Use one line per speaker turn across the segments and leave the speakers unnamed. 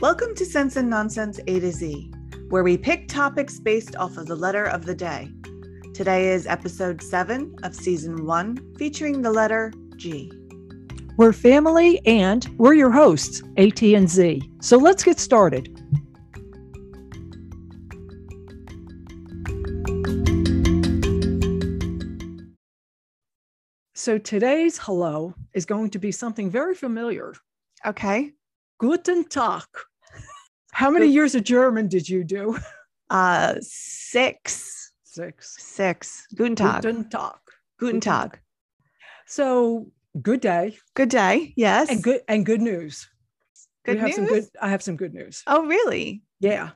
Welcome to Sense and Nonsense A to Z, where we pick topics based off of the letter of the day. Today is episode 7 of season 1, featuring the letter G.
We're family and we're your hosts, AT and Z. So let's get started. So today's hello is going to be something very familiar.
Okay.
Guten Tag. How many years of German did you do?
Uh 6
Six.
6 Guten Tag. Guten,
Guten Tag.
Tag.
So good day
Good day. Yes.
and good and good news. We
Good
have Some
news?
good, I have some good news.
Oh, really?
Yeah.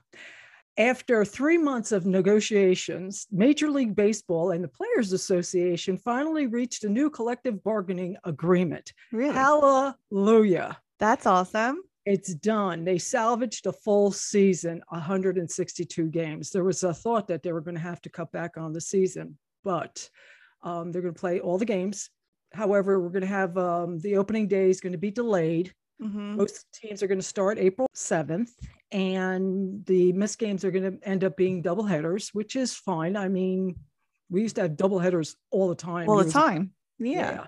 After three months of negotiations, Major League Baseball and the Players Association finally reached a new collective bargaining agreement.
Really?
Hallelujah.
That's awesome.
It's done. They salvaged a full season, 162 games. There was a thought that they were going to have to cut back on the season, but um, they're going to play all the games. However, we're going to have um, the opening day is going to be delayed
Mhm.
most teams are going to start April 7th, and the missed games are going to end up being double headers, which is fine. I mean, we used to have double headers all the time.
Well,
It
it's
was-
time. Yeah.
yeah.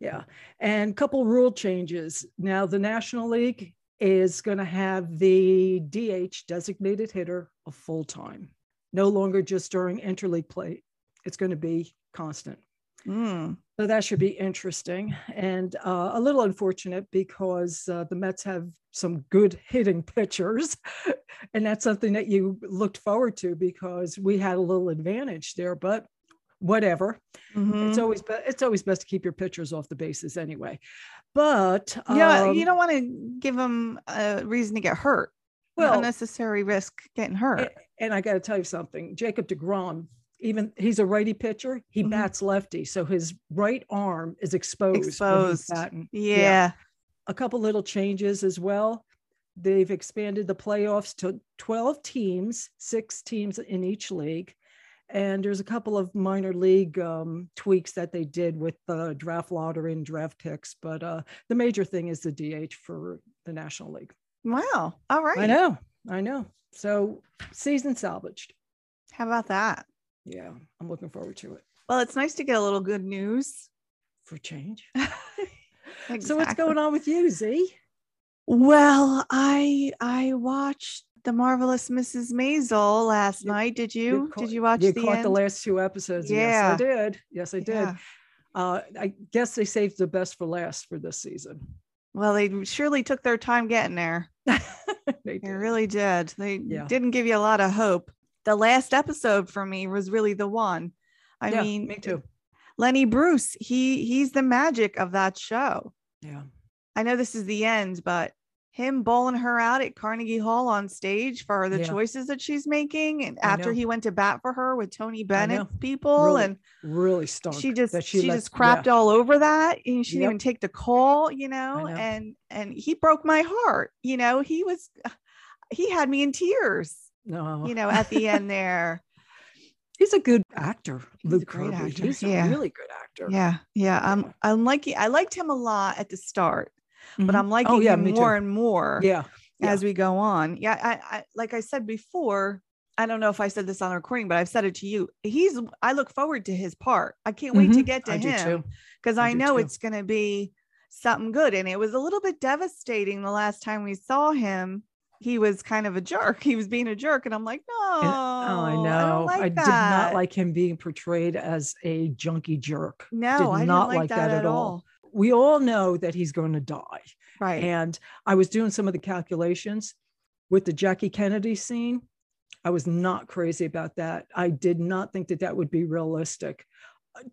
Yeah. And couple rule changes. Now, the National League is going to have the DH designated hitter a full time, no longer just during interleague play. It's going to be constant.
Mm.
So that should be interesting and uh, a little unfortunate because uh, the Mets have some good hitting pitchers. and that's something that you looked forward to because we had a little advantage there, but whatever.
Mhm.
It's always be- it's always best to keep your pitchers off the bases anyway. But
yeah,
um,
you don't want to give them a reason to get hurt. Well,
well,
unnecessary risk getting hurt.
Eh, and I got to tell you something, Jacob Degrom. Even he's a righty pitcher. He
Mhm.
bats lefty, so his right arm is exposed. when he's
Exposed.
batting.
yeah.
a couple little changes as well. They've expanded the playoffs to 12 teams, six teams in each league. And there's a couple of minor league um, tweaks that they did with the draft lottery and draft picks. But uh, the major thing is the DH for the National League.
Wow. All right.
I know, I know. So season salvaged.
How about that?
Yeah, I'm looking forward to it
Well, it's nice to get a little good news.
for change. So what's
Exactly.
going on with you, Z?
Well, I I watched the marvelous Mrs. Maisel last
You-
night. Did you?
caught-
Did you watch
you
the
caught
end?
the last two episodes?
Yeah.
Yes, I did. Yes, I did.
Yeah.
uh, I guess they saved the best for last for this season.
Well, they surely took their time getting there.
they
They
did.
really did. They
Yeah.
didn't give you a lot of hope. The last episode for me was really the one. I
Yeah,
mean,
me too.
Lenny Bruce, he he's the magic of that show.
Yeah,
I know this is the end, but him bowling her out at Carnegie Hall on stage for the
Yeah.
choices that she's making, and
I
after
know.
he went to bat for her with Tony Bennett's people,
Really
and
really stunk.
she just
that
she,
let-
just crapped all over that, and she didn't
Yep.
even take the call, you know,
know.
and and he broke my heart, you know, he was he had me in tears,
yeah. No,
you know, at the end there.
he's a good actor.
He's a
Luke
great
Kirby.
actor,
He's
yeah.
a really good actor.
Yeah, yeah, I'm
Yeah.
I'm liking I liked him a lot at the start, but
Mhm.
I'm liking
yeah,
him
me too.
more and more.
yeah. Yeah.
as we go on. Yeah, I, I like I said before, I don't know if I said this on the recording, but I've said it to you. He's I look forward to his part. I can't wait to
Mhm.
get to
I do
him
too.
because
I
I,
do
know
too.
it's gonna be something good. And it was a little bit devastating the last time we saw him. He was kind of a jerk. He was being a jerk, and I'm like, no,
Oh, I
don't
know. I,
like
did
that."
not like him being portrayed as a junkie jerk.
No,
did
I didn't
not
like, that, at all.
We all know that he's going to die.
Right.
And I was doing some of the calculations with the Jackie Kennedy scene. I was not crazy about that. I did not think that that would be realistic.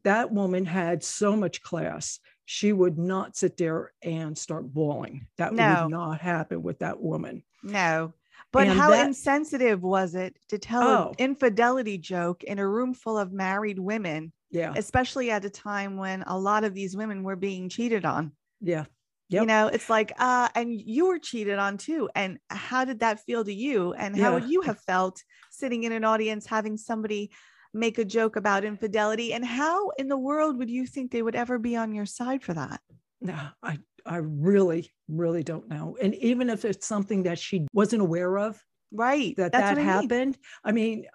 That woman had so much class. She would not sit there and start bawling. That
No.
would not happen with that woman.
No. But
And
how
that-
insensitive was it to tell
Oh.
an infidelity joke in a room full of married women,
Yeah.
especially at a time when a lot of these women were being cheated on?
Yeah.
You
Yep.
know, it's like, uh, and you were cheated on too. And how did that feel to you? And how
Yeah.
would you have felt sitting in an audience having somebody make a joke about infidelity? And how in the world would you think they would ever be on your side for that?
No, I, I really, really don't know. And even if it's something that she wasn't aware of,
Right.
that
That's
that
what I mean.
happened. I mean,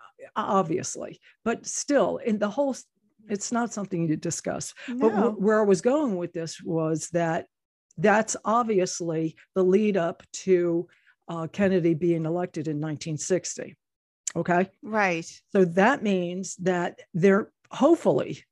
obviously, but still, in the whole, it's not something you discuss. But
No.
wh- where I was going with this was that that's obviously the lead up to uh, Kennedy being elected in 1960. Okay.
right.
So that means that they're hopefully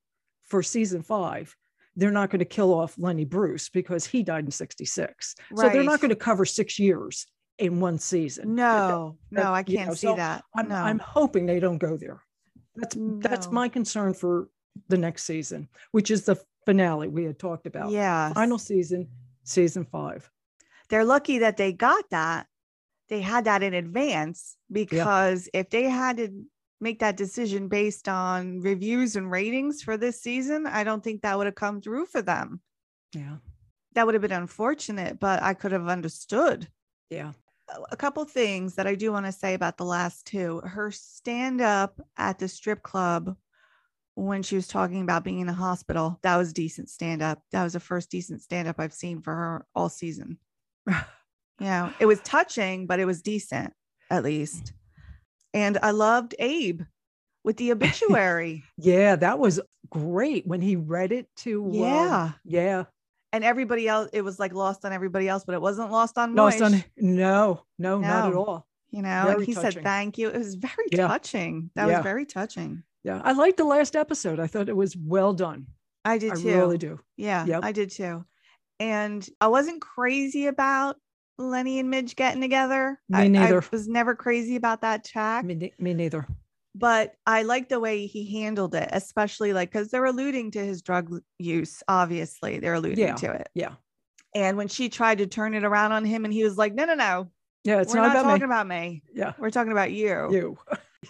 for season five, they're not going to kill off Lenny Bruce because he died in 66. So they're not
Right.
going to cover six years in one season.
No, no, I
uh, you know,
can't see
so
that.
I'm,
no.
I'm hoping they don't go there. That's that's
No.
my concern for the next season, which is the finale we had talked about.
yeah.
Final season, season five.
They're lucky that they got that. They had that in advance because if they had to make that decision based on reviews and ratings for this season, I don't think that would have come through for them.
Yeah.
That would have been unfortunate, but I could have understood.
Yeah.
a- a couple things that I do want to say about the last two. Her stand up at the strip club when she was talking about being in the hospital, that was decent stand up. That was the first decent stand up I've seen for her all season. Yeah, it was touching, but it was decent at least. And I loved Abe with the obituary.
Yeah. That was great when he read it to um,
yeah.
yeah.
And everybody else, it was like lost on everybody else, but it wasn't lost on
No,
Moish.
son, no, no, not at
No.
all.
you know, and
Very
he
touching.
said thank you. It was very
Yeah.
touching. That
Yeah.
was very touching.
Yeah. I liked the last episode. I thought it was well done.
I did
I
too.
really do.
Yeah,
Yep.
I did too. And I wasn't crazy about Lenny and Midge getting together.
Me
I- I,
neither.
was never crazy about that track,
Me, ne- me neither.
but I liked the way he handled it, especially like because they're alluding to his drug l- use. Obviously, they're alluding
Yeah,
to it.
yeah.
And when she tried to turn it around on him, and he was like, "No, no, no,
Yeah. It's
we're
not,
not,
about
talking
me.
about me.
yeah.
We're talking about you."
You.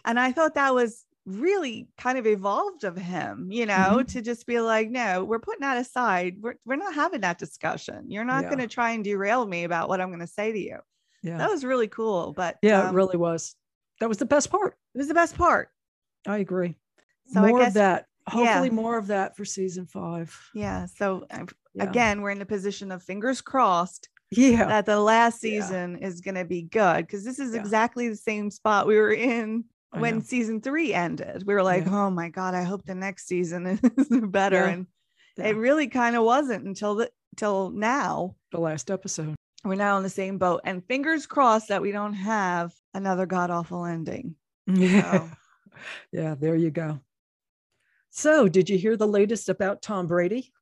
And I thought that was really kind of evolved of him, you know,
Mm-hmm.
to just be like, no, we're putting that aside. We're, we're not having that discussion. You're not
Yeah.
going to try and derail me about what I'm going to say to you.
Yeah.
That was really cool. But
yeah.
um,
it really was. That was the best part.
it was the best part.
I agree.
So I
more
guess,
of that.
yeah.
Hopefully, more of that for season five.
yeah. So uh,
Yeah.
again, we're in the position of fingers crossed
yeah,
that the last
Yeah.
season is going to be good because this is
Yeah.
exactly the same spot we were in.
I
When
know.
season three ended, we were like, "Oh my god, I hope the next season is better."
Yeah.
And
Yeah.
It really kind of wasn't until the till now.
the last episode.
We're now in the same boat, and fingers crossed that we don't have another god awful ending.
Yeah,
So,
yeah. There you go. So, did you hear the latest about Tom Brady?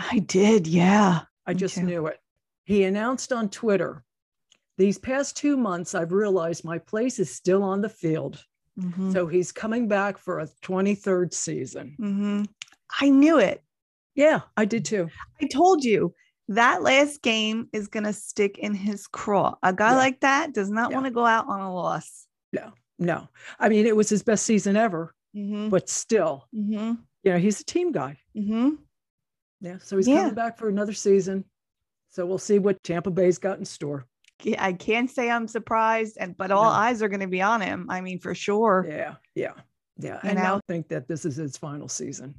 I did, yeah.
I
Me
just
too.
knew it. He announced on Twitter. These past two months, I've realized my place is still on the field.
Mhm.
So he's coming back for a 23rd season.
Mhm. I knew it.
Yeah, I did too.
I told you that last game is gonna stick in his craw. A guy
Yeah.
like that does not
Yeah.
want to go out on a loss.
No, I mean, it was his best season ever,
Mm-hmm.
but still,
Mm-hmm.
you know, he's a team guy.
Mm-hmm.
Yeah. So he's
Yeah.
coming back for another season. So we'll see what Tampa Bay's got in store.
I can't say I'm surprised, and but all
No.
eyes are gonna be on him. I mean, for sure.
Yeah. Yeah. Yeah.
You
and I
know?
think that this is his final season.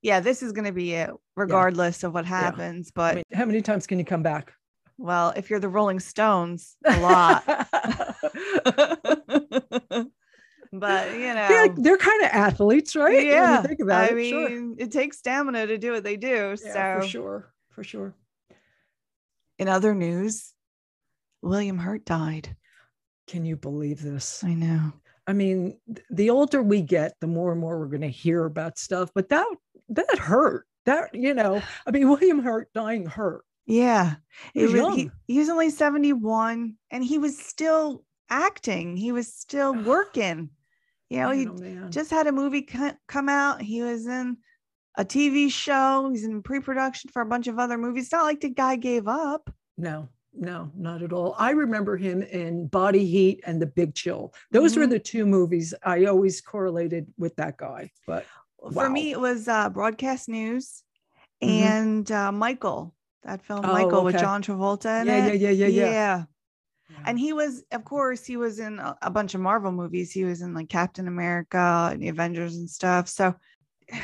Yeah, this is gonna be it, regardless of what happens. But
I mean, how many times can you come back?
Well, if you're the Rolling Stones, a lot. but you know,
They're, they're kind of athletes, right? When you
Um, yeah.
think about
I
it,
mean,
sure.
it takes stamina to do what they do.
Yeah,
so,
for sure. For sure.
in other news, William Hurt died.
Can you believe this?
I know.
I mean, th- the older we get, the more and more we're going to hear about stuff, but that, that hurt. That, you know, I mean, William Hurt dying hurt.
Yeah,
He was
It was- he,
young.
he was only seventy-one, and he was still acting. He was still working. You know,
I
he
don't know, man.
just had a movie co- come out. He was in a TV show. He's in pre-production for a bunch of other movies. It's not like the guy gave up.
No, no, not at all. I remember him in Body Heat and The Big Chill. Those were
Mhm.
the two movies I always correlated with that guy. But
For
Wow.
me, it was uh, Broadcast News
Mhm.
and uh, Michael, that film
Oh,
Michael with
okay.
John Travolta in
yeah, yeah,
it.
yeah, yeah, yeah,
And he was, of course, he was in a, a bunch of Marvel movies. He was in like Captain America and the Avengers and stuff. So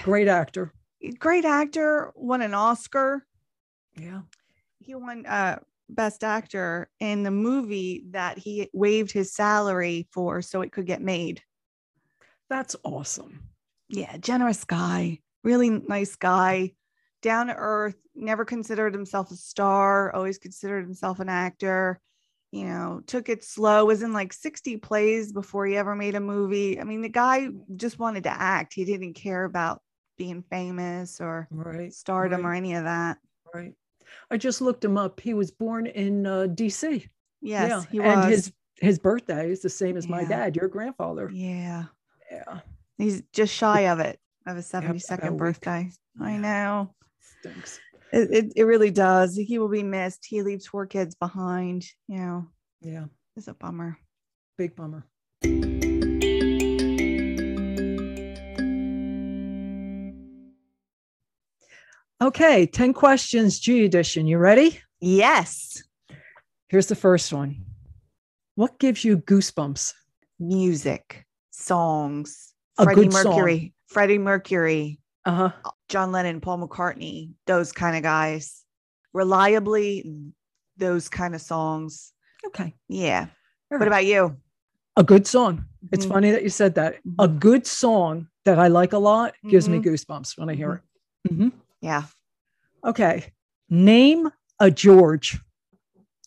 great actor.
great actor, won an Oscar.
Yeah,
he won uh, best actor in the movie that he waived his salary for so it could get made.
That's awesome.
Yeah, generous guy, really nice guy, down to earth, never considered himself a star, always considered himself an actor. You know, took it slow, was in like 60 plays before he ever made a movie. I mean, the guy just wanted to act. He didn't care about being famous or
Right.
stardom or
right,
any of that.
Right. I just looked him up. He was born in uh, DC.
Yes, he was.
and his his birthday is the same as my
Yeah.
dad, your grandfather.
yeah.
Yeah.
He's just shy of it, of his 72nd
about a week.
birthday. I
Yeah.
know.
Stinks.
It, it, it really does. He will be missed. He leaves four kids behind. You know,
Yeah.
it's a bummer.
Big bummer. Okay, 10 questions, G edition. You ready?
Yes.
Here's the first one. What gives you goosebumps?
Music, songs,
A
Freddie
good song.
Mercury, Freddie Mercury,
Uh-huh.
John Lennon, Paul McCartney, those kind of guys. Reliably, those kind of songs.
Okay.
Yeah.
All
What
right.
about you?
a good song? It's
Mhm.
funny that you said that. A good song that I like a lot gives me
Mhm.
goosebumps when I hear
Mhm.
it. Mhm.
Yeah.
Okay. Name a George.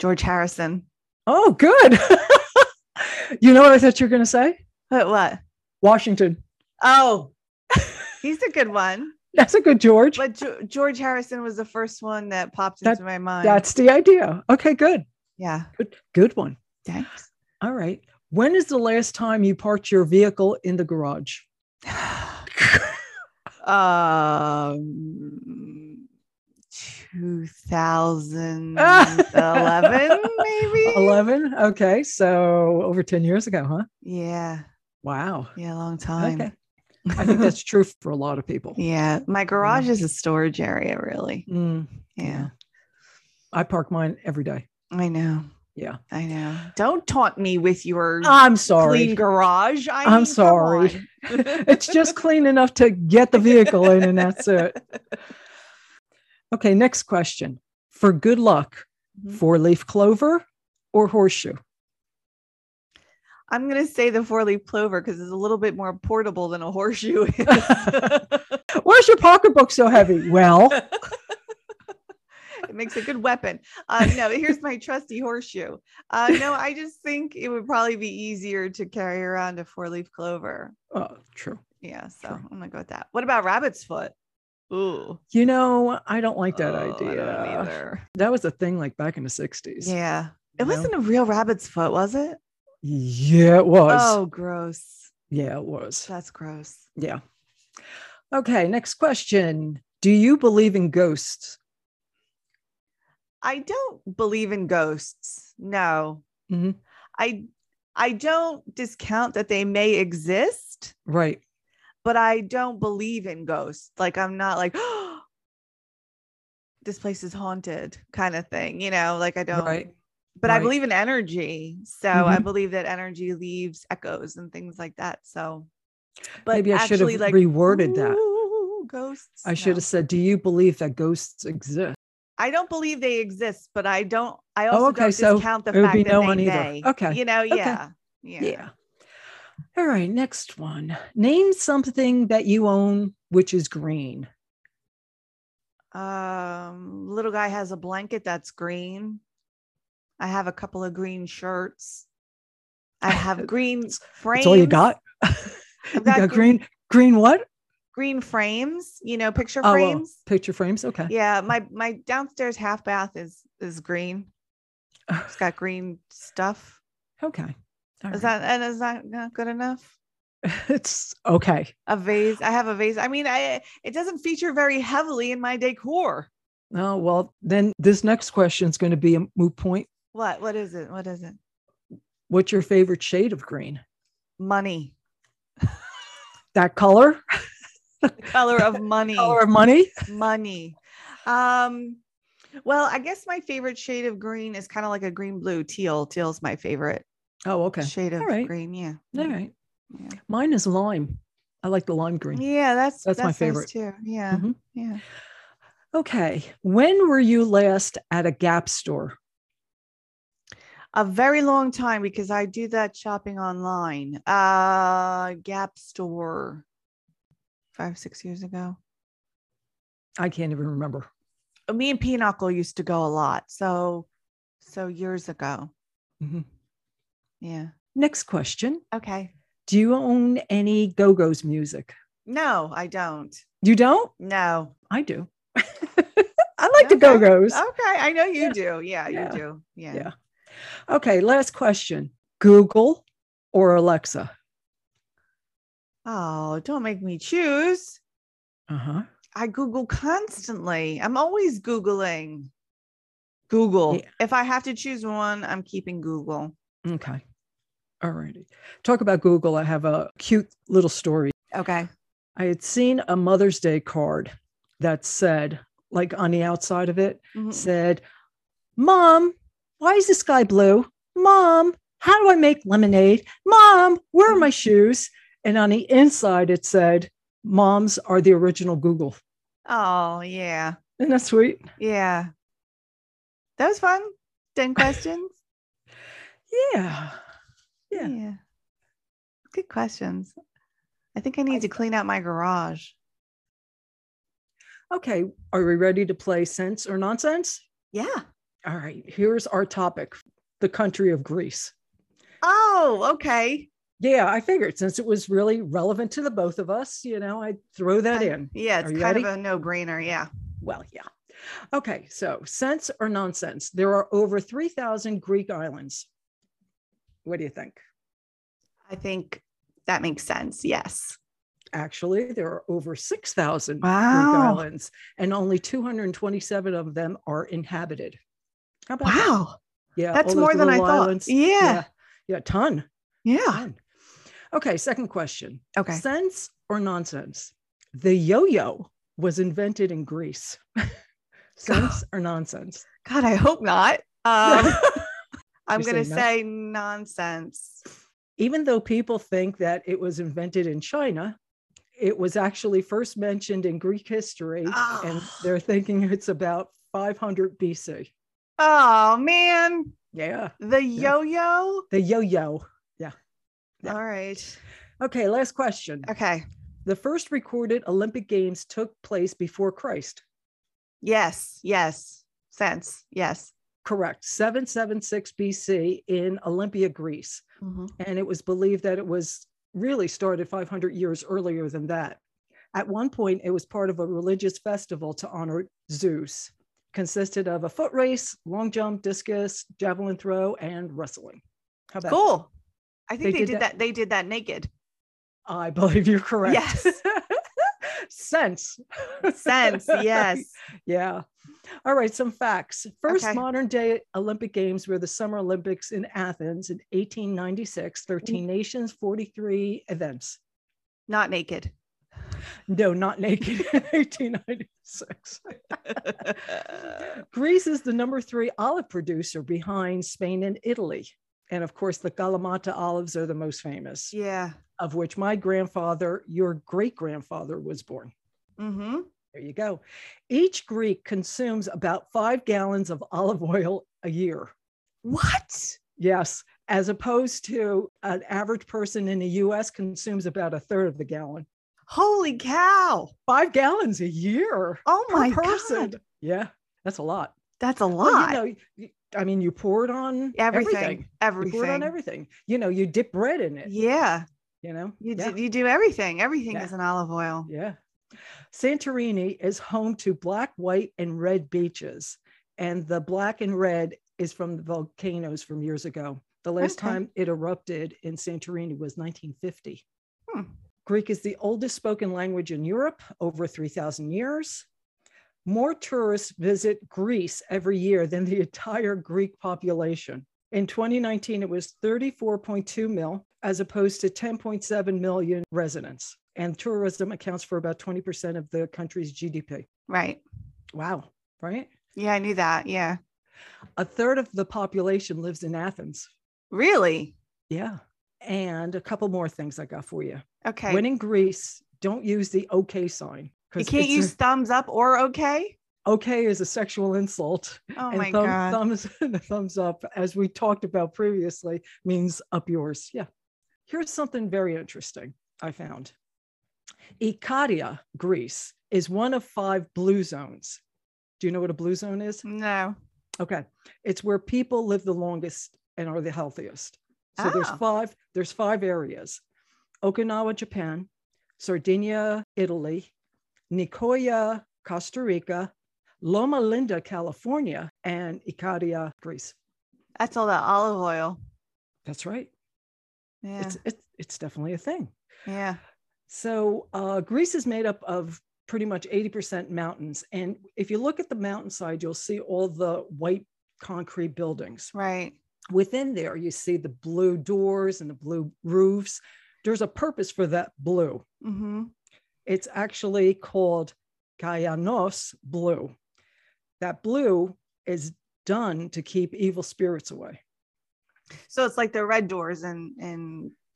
George Harrison.
Oh, good. you know what I thought you were going to say?
What? What?
Washington.
Oh, he's a good one.
That's a good George.
But Ge- George Harrison was the first one that popped
That-
into my mind.
That's the idea. Okay, good.
yeah.
Good good one.
Thanks.
All right. When is the last time you parked your vehicle in the garage?
um, 2011, maybe.
11. Okay. So over 10 years ago, huh?
Yeah.
Wow.
Yeah. A long time.
Okay. I think that's true for a lot of people.
yeah. My garage is a storage area, really.
Mm,
Yeah.
I park mine every day.
I know.
Yeah.
I know. Don't taunt me with your
I'm sorry.
clean garage. I
I'm
mean, come
sorry.
on.
it's just clean enough to get the vehicle in and that's it. Okay, next question. For good luck,
Mhm.
four leaf clover or horseshoe?
I'm going to say the four leaf clover because it's a little bit more portable than a horseshoe.
Where's your pocketbook so heavy? Well,
it makes a good weapon. Uh, no, here's my trusty horseshoe. Uh, no, I just think it would probably be easier to carry around a four leaf clover.
oh, true.
Yeah, so
Sure.
I'm going to go with that. What about rabbit's foot? Ooh.
You know, I don't like that
Oh, I don't
idea.
either.
That was a thing like back in the 60s.
Yeah. It
you know?
wasn't a real rabbit's foot, was it?
Yeah, it was.
Oh, gross.
Yeah, it was.
That's gross.
Yeah. Okay, next question. Do you believe in ghosts?
I don't believe in ghosts. No.
Mhm.
I I don't discount that they may exist,
Right.
but I don't believe in ghosts. Like I'm not like this place is haunted kind of thing, you know, like I don't
Right.
but I
right. Mm-hmm.
believe in energy. So I believe that energy leaves echoes and things like that. So but
Maybe I should have
actually, like
reworded that.
"Ooh, Ghosts.
I should
no.
have said, "Do you believe that ghosts exist?"
I don't believe they exist, but I don't. I
Oh,
also
okay,
don't
so
discount the
it would
fact
be
that
no
they
one either.
may.
Okay,
You know,
okay.
yeah, yeah.
All right, next one. Name something that you own which is green.
Um, little guy has a blanket that's green. I have a couple of green shirts. I have green frames.
That's all you got. you
got
got, green, green what?
Green frames. You know, picture
Oh, well,
frames.
picture frames. Okay.
Yeah, my my downstairs half bath is is green. It's got green stuff.
Okay. All
Is
right.
that and is that not good enough?
it's okay?
a vase. I have a vase. I mean, I it doesn't feature very heavily in my decor.
Oh well, then this next question is going to be a moot point.
What? What is it? What is it?
What's your favorite shade of green?
Money.
That color,
The color of money.
color of money.
money. Um, well, I guess my favorite shade of green is kind of like a green blue teal. Teal's my favorite
Oh, okay.
shade of
All right.
green. Yeah.
All right.
Yeah.
Mine is lime. I like the lime green.
Yeah, that's
That's my
nice
favorite. Mm-hmm.
too. Yeah.
Mhm.
Yeah.
Okay. When were you last at a Gap store?
A very long time because I do that shopping online. Uh, Gap store five, six years ago.
I can't even remember.
Me and Pinochle used to go a lot. So, so years ago.
Mhm.
Yeah.
Next question
Okay.
Do you own any Go Go's music?
No, I don't.
You don't?
No.
I do. I like the Go
Okay.
Go's.
Okay. I know you
Yeah.
do. Yeah,
Yeah.
you do. Yeah.
Yeah. Okay. Last question Google or Alexa?
Oh, don't make me choose.
Uh huh.
I Google constantly. I'm always Googling. Google.
Yeah.
If I have to choose one, I'm keeping Google.
Okay. All righty. Talk about Google. I have a cute little story.
Okay.
I had seen a Mother's Day card that said, like on the outside of it,
Mhm.
said, Mom, why is the sky blue? Mom, how do I make lemonade? Mom, where are my shoes? And on the inside, it said, Moms are the original Google.
Oh, yeah.
Isn't that sweet?
Yeah. That was fun. 10 questions.
Yeah. Yeah.
Good questions. I think I need to clean out my garage.
Okay. Are we ready to play sense or nonsense?
Yeah.
All right. Here's our topic the country of Greece.
Oh, okay.
Yeah, I figured since it was really relevant to the both of us, you know, I'd throw that
Kind-
in.
Yeah, it's
Are you
kind of
ready?
a no brainer. Yeah.
Well, yeah. Okay, so sense or nonsense? There are over 3,000 Greek islands. What do you think?
I think that makes sense. Yes.
Actually, there are over 6,000 Greek
Wow.
islands, and only 227 of them are inhabited. How about that?
Wow.
Yeah,
That's
all those
more than I
little
thought.
islands.
Yeah.
yeah. Yeah, ton.
Yeah.
ton. Okay, second question.
Okay.
Sense or nonsense? The yo yo was invented in Greece. sense or nonsense?
God, I hope not. Um, I'm
You're
going to
saying no?
say nonsense.
Even though people think that it was invented in China, it was actually first mentioned in Greek history, and
Ah.
they're thinking it's about 500 BC.
Oh, man.
Yeah,
The yo yo.
the yo yo. Yeah.
All right.
Okay, last question.
Okay.
The first recorded Olympic Games took place before Christ.
Yes. Yes. Sense. Yes.
Correct, 776 BC in Olympia, Greece.
Mhm.
and it was believed that it was really started 500 years earlier than that. At one point, it was part of a religious festival to honor Zeus, consisted of a foot race, long jump, discus, javelin throw, and wrestling. How about that?
Cool. I think
They
they,
did
did, that. They did that naked.
I believe you're correct.
Yes.
Sense.
Sense. Yes.
yeah. All right, some facts. First
Okay.
modern day Olympic Games were the Summer Olympics in Athens in 1896, 13 nations, 43 events.
Not naked.
No, not naked in 1896. Greece is the number three olive producer behind Spain and Italy. And of course, the Kalamata olives are the most famous,
yeah.
of which my grandfather, your great grandfather, was born.
Mm-hmm.
There you go. Each Greek consumes about five gallons of olive oil a year.
What?
Yes, as opposed to an average person in the US consumes about a third of the gallon.
Holy cow.
Five gallons a year.
Oh
per
my
person.
God.
Yeah, that's a lot.
That's a lot.
Well, you know, you- I mean, you pour it on
everything.
everything.
Everything.
You pour it on everything. You know, you dip bread in it.
Yeah.
You know,
You,
yeah.
do, you do everything. Everything
Yeah.
is an olive oil.
yeah. Santorini is home to black, white, and red beaches, and the black and red is from the volcanoes from years ago. The last
Okay.
time it erupted in Santorini was 1950.
Hmm.
Greek is the oldest spoken language in Europe, over 3,000 years. More tourists visit Greece every year than the entire Greek population. In 2019, it was 34.2 mil, as opposed to 10.7 million residents. And tourism accounts for about 20% of the country's GDP.
Right.
Wow, right?
Yeah, I knew that. Yeah.
A third of the population lives in Athens.
Really?
Yeah. And a couple more things I got for you.
Okay.
When in Greece, don't use the OK sign.
you
'cause
can't
it's a-
use thumbs up or okay.
okay is a sexual insult.
Oh
and
my
thumb-
God.
thumbs the thumbs up, as we talked about previously, means up yours. Yeah. Here's something very interesting I found. Ikaria, Greece, is one of five blue zones. Do you know what a blue zone is?
No.
Okay. It's where people live the longest and are the healthiest. So there's
Ah.
five, there's five areas. Okinawa, Japan, Sardinia, Italy, Nicoya, Costa Rica, Loma Linda, California, and Ikaria, Greece.
That's all that olive oil.
That's right.
Yeah.
It's, it's it's definitely a thing.
yeah.
So uh, Greece is made up of pretty much 80% mountains. And if you look at the mountainside, you'll see all the white concrete buildings.
Right.
within there you see the blue doors and the blue roofs there's a purpose for that blue
Mm-hmm.
it's actually called kayanos blue that blue is done to keep evil spirits away
So it's like the red doors in in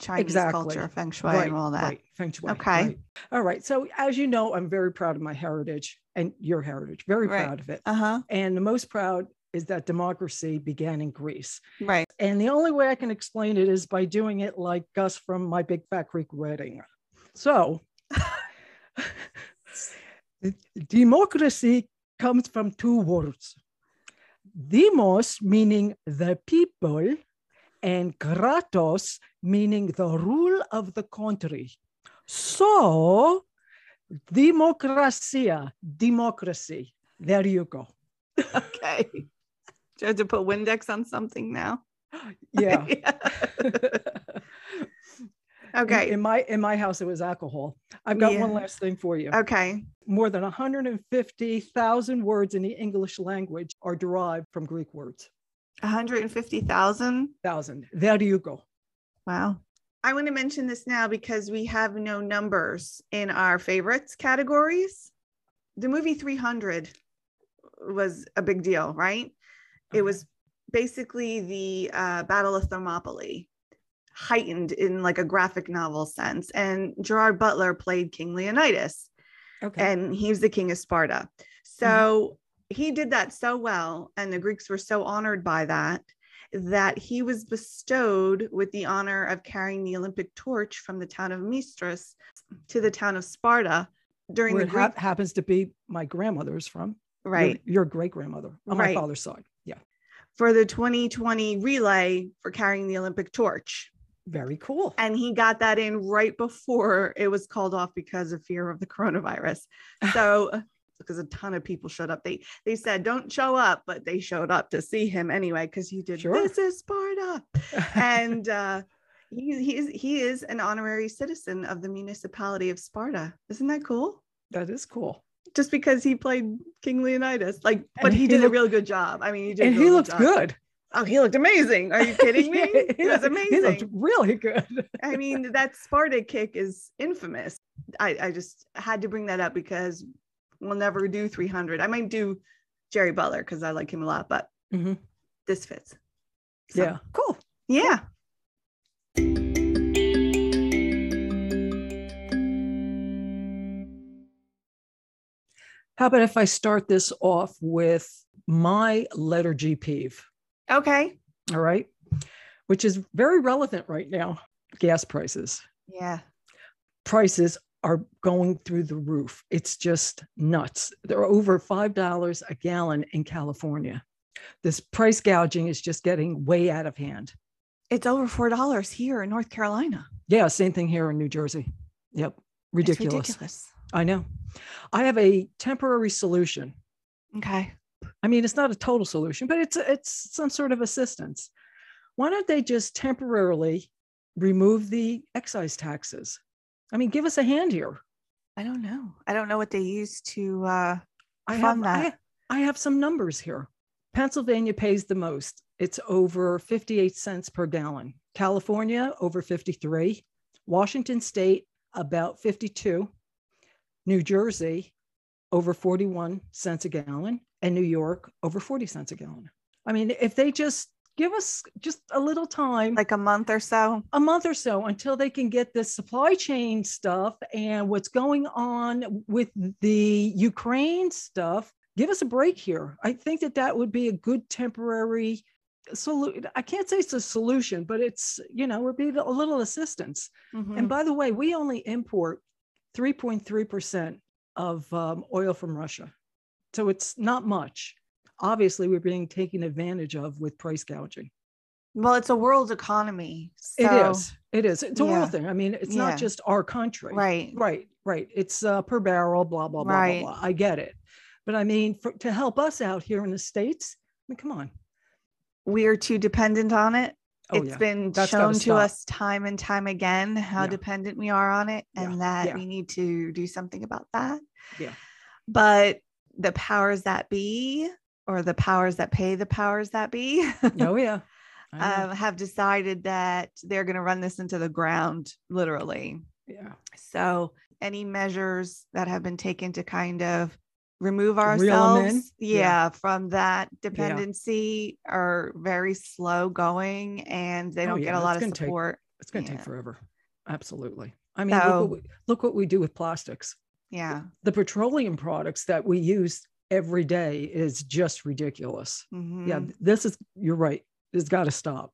Chinese
Exactly.
culture, feng shui, and all that.
right feng shui
Okay.
right. all right so as you know i'm very proud of my heritage and your heritage very
Right.
proud of it
Uh huh.
and the most proud is that democracy began in greece
Right.
And the only way I can explain it is by doing it like Gus from My Big Fat Greek Wedding. So, democracy comes from two words demos, meaning the people, and kratos, meaning the rule of the country. So, democracia, democracy. There you go.
Okay. Do I have to put Windex on something now?
Yeah.
Okay.
In, in my in my house, it was alcohol. I've got one
Yeah.
last thing for you.
okay.
More than 150,000 words in the English language are derived from Greek words.
150,000.
Thousand. There you go.
Wow. I want to mention this now because we have no numbers in our favorites categories. The movie 300 was a big deal, right? It
Okay.
was basically the uh, Battle of Thermopylae, heightened in like a graphic novel sense. And Gerard Butler played King Leonidas
okay. Mm-hmm.
and he was the king of Sparta. So he did that so well, and the Greeks were so honored by that that he was bestowed with the honor of carrying the Olympic torch from the town of Mistras to the town of Sparta during
Where
the
it
Greek
hap- happens to be my grandmother's from. your-
right
Your, great grandmother on
Right.
my father's side. Yeah.
for the 2020 relay for carrying the Olympic torch.
Very cool.
And he got that in right before it was called off because of fear of the coronavirus. So because a ton of people showed up. They they said don't show up, but they showed up to see him anyway because he did
Sure.
this is Sparta. and uh he, he is he is an honorary citizen of the municipality of Sparta. Isn't that cool?
that is cool.
Just because he played King Leonidas. Like, but
And
he,
he
did a
looked-
real good job. I mean, he did a
and he
real
looked
job.
good.
Oh, he looked amazing. Are you kidding me?
Yeah,
It was
looked- He looked
amazing.
really good.
I mean, that Sparta kick is infamous. I, I just had to bring that up because we'll never do 300. I might do Jerry Butler because I like him a lot, but
Mhm.
this fits. So,
Yeah. Cool.
Yeah.
How about if I start this off with my letter G E peeve?
Okay.
all right, which is very relevant right now. Gas prices,
Yeah.
prices are going through the roof. It's just nuts. They're over $5 a gallon in California. This price gouging is just getting way out of hand.
It's over $4 here in North Carolina.
Yeah, same thing here in New Jersey. Yep,
It's
ridiculous. I know. I have a temporary solution.
Okay.
I mean, it's not a total solution, but it's it's some sort of assistance. Why don't they just temporarily remove the excise taxes? I mean, give us a hand here.
I don't know. I don't know what they use to, uh,
I
Fund
have
that.
I, I have some numbers here. Pennsylvania pays the most. It's over 58 cents per gallon. California over 53. Washington state about 52. New Jersey over 41 cents a gallon and New York over 40 cents a gallon. I mean, if they just give us just a little time,
like a month or so.
a month or so until they can get this supply chain stuff and what's going on with the Ukraine stuff give us a break here. I think that that would be a good temporary solution. I can't say it's a solution, but it's, you know, would be a little assistance.
Mhm.
And by the way, we only import 3.3% of um, oil from Russia. So it's not much. Obviously, we're being taken advantage of with price gouging.
well, it's a world economy.
it
so-
is. It is. It's a
Yeah.
world thing. I mean, it's
Yeah.
not just our country.
Right.
Right, right. It's uh, per barrel, blah, blah, blah,
Right.
blah, blah. I get it. But I mean, for, to help us out here in the States, I mean, come on.
We are too dependent on it.
Oh,
It's
yeah.
been
That's gotta
shown to
stop.
us time and time again how
Yeah.
dependent we are on it
Yeah.
and that
Yeah.
we need to do something about that.
Yeah.
But the powers that be or the powers that pay the powers that be
oh, yeah. I know.
um, have decided that they're going to run this into the ground, literally.
yeah.
So, any measures that have been taken to kind of remove
Reel 'em in?
ourselves, yeah,
Yeah.
from that dependency are very slow going, and they
Oh,
don't get
yeah,
a lot
it's
of
gonna take-
support.
It's going to
Yeah.
take forever. Absolutely. I mean,
So-
look, what we, look what we do with plastics.
yeah,
The petroleum products that we use every day is just ridiculous. Yeah.
mhm,
This is, you're right. It's got to stop.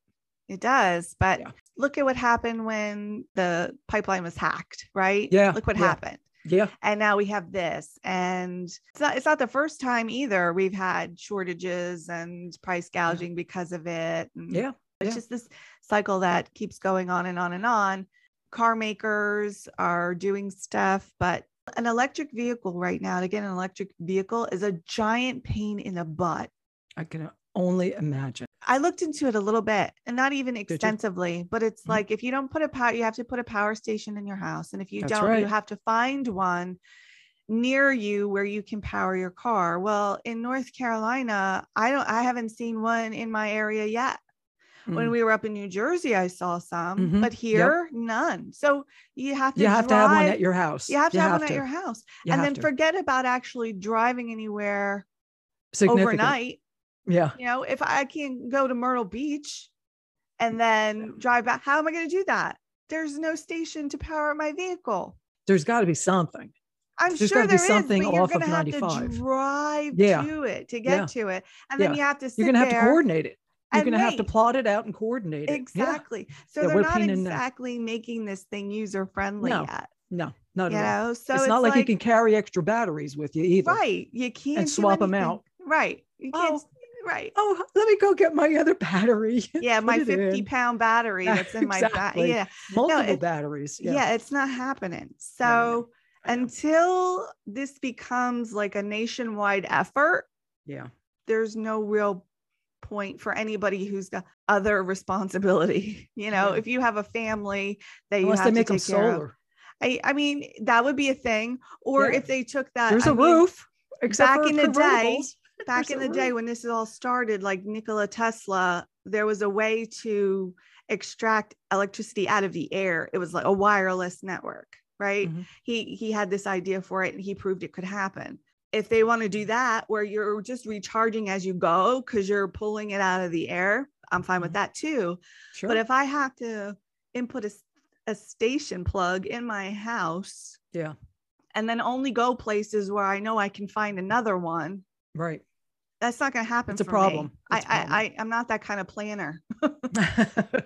it does. But
Yeah.
look at what happened when the pipeline was hacked, right?
Yeah,
look what
yeah.
happened.
Yeah.
and now we have this and it's not, it's not the first time either we've had shortages and price gouging because of it and
Yeah.
it's
yeah.
just this cycle that keeps going on and on and on car makers are doing stuff but an electric vehicle right now to get an electric vehicle is a giant pain in the butt
I can only imagine.
I looked into it a little bit and not even
you?
extensively, but it's
Mhm.
like if you don't put a power, you have to put a power station in your house. And if you
That's
don't, you
right.
have to find one near you where you can power your car. Well, in North Carolina, I don't I haven't seen one in my area yet. When
Mm.
we were up in New Jersey, I saw some,
Mhm.
but
Yep.
here none. So you have to
you have to have one
drive-
at your house.
you have to have one at your house.
You
and
have
then
to.
forget about actually driving anywhere
Significant.
overnight
Yeah.
you know if i can go to myrtle beach and then drive back how am i going to do that there's no station to power up my vehicle
There's got to be something.
i'm
There's
sure
gotta be
there is,
something
but you're
off
going
of
to have
95.
to drive
Yeah.
to it to get
Yeah.
to it and then
Yeah.
you have to sit
You're going to have to
there
coordinate it. You're
and
going to have to
wait.
plot it out and coordinate it. Yeah.
exactly so
Yeah,
they're
we're
not
pain in the-
exactly making this thing user friendly
No,
yet
No, not
you
at all.
know so
it's, not like, you can carry extra batteries with you either.
right you can't do
swap 'em
anything.
out.
right you can't right
Oh, let me go get my other battery.
yeah my
it in.
50 pound battery that's in my
Exactly.
ba- yeah
Multiple
it-
batteries.
yeah. it's not happening
No, no, no.
so
I know.
until this becomes like a nationwide effort
Yeah.
there's no real point for anybody who's got other responsibility you know
Yeah.
if you have a family that you
Unless
have to
they make them
take care of.
solar.
I, I mean that would be a thing or
Yeah.
if they took that
There's
I
a
mean,
roof. Except
back
for
in the day,
convertibles.
back in
There's
the
a
day
roof.
when this all started like nikola tesla there was a way to extract electricity out of the air it was like a wireless network right
Mhm.
he he had this idea for it and he proved it could happen if they want to do that where you're just recharging as you go because you're pulling it out of the air i'm fine with
Mhm.
that too
Sure.
but if i have to input a, s- a station plug in my house
Yeah.
and then only go places where i know i can find another one
right.
that's not going to happen.
It's a
for me.
problem.
I,
It's a problem.
I, I, I'm not that kind of planner.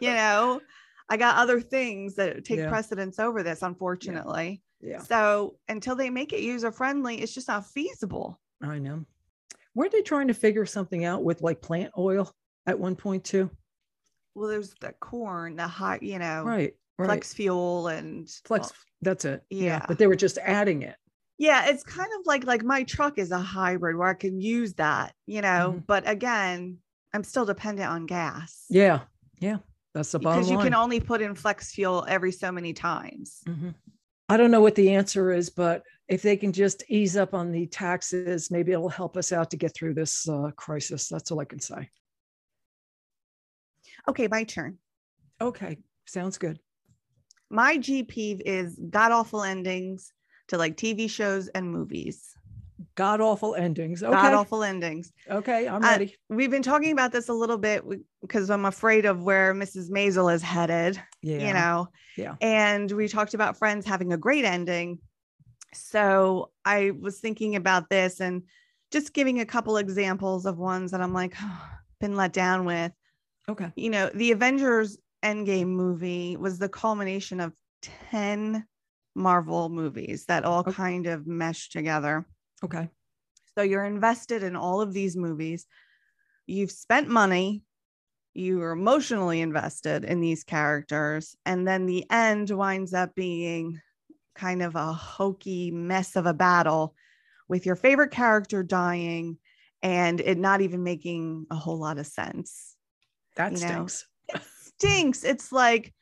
You know, I got other things that take
Yeah.
precedence over this, unfortunately.
yeah.
So until they make it user friendly, it's just not feasible.
I know. Weren't they trying to figure something out with like plant oil at one point too?
Well, there's the corn, the hot, you know,
Right. Right.
flex fuel and
Flex. That's it.
yeah.
But they were just adding it.
Yeah, it's kind of like like my truck is a hybrid where I can use that, you
Mm-hmm.
know. But again, I'm still dependent on gas.
Yeah. Yeah. That's the bottom
Because you
line.
can only put in flex fuel every so many times.
Mhm. I don't know what the answer is, but if they can just ease up on the taxes, maybe it'll help us out to get through this uh, crisis. That's all I can say.
Okay, my turn.
Okay. Sounds good.
my G peeve is god awful endings to like TV shows and movies.
God awful endings. Okay.
God awful endings.
Okay. I'm
Uh,
ready.
We've been talking about this a little bit because I'm afraid of where Mrs. Maisel is headed,
yeah.
you know?
Yeah.
And we talked about friends having a great ending. So I was thinking about this and just giving a couple examples of ones that I'm like been let down with.
Okay.
You know, the Avengers Endgame movie was the culmination of 10 Marvel movies that all
Okay.
kind of meshed together.
Okay.
So you're invested in all of these movies. You've spent money. You are emotionally invested in these characters. And then the end winds up being kind of a hokey mess of a battle with your favorite character dying and it not even making a whole lot of sense.
That
You know,
stinks.
Stinks. It's like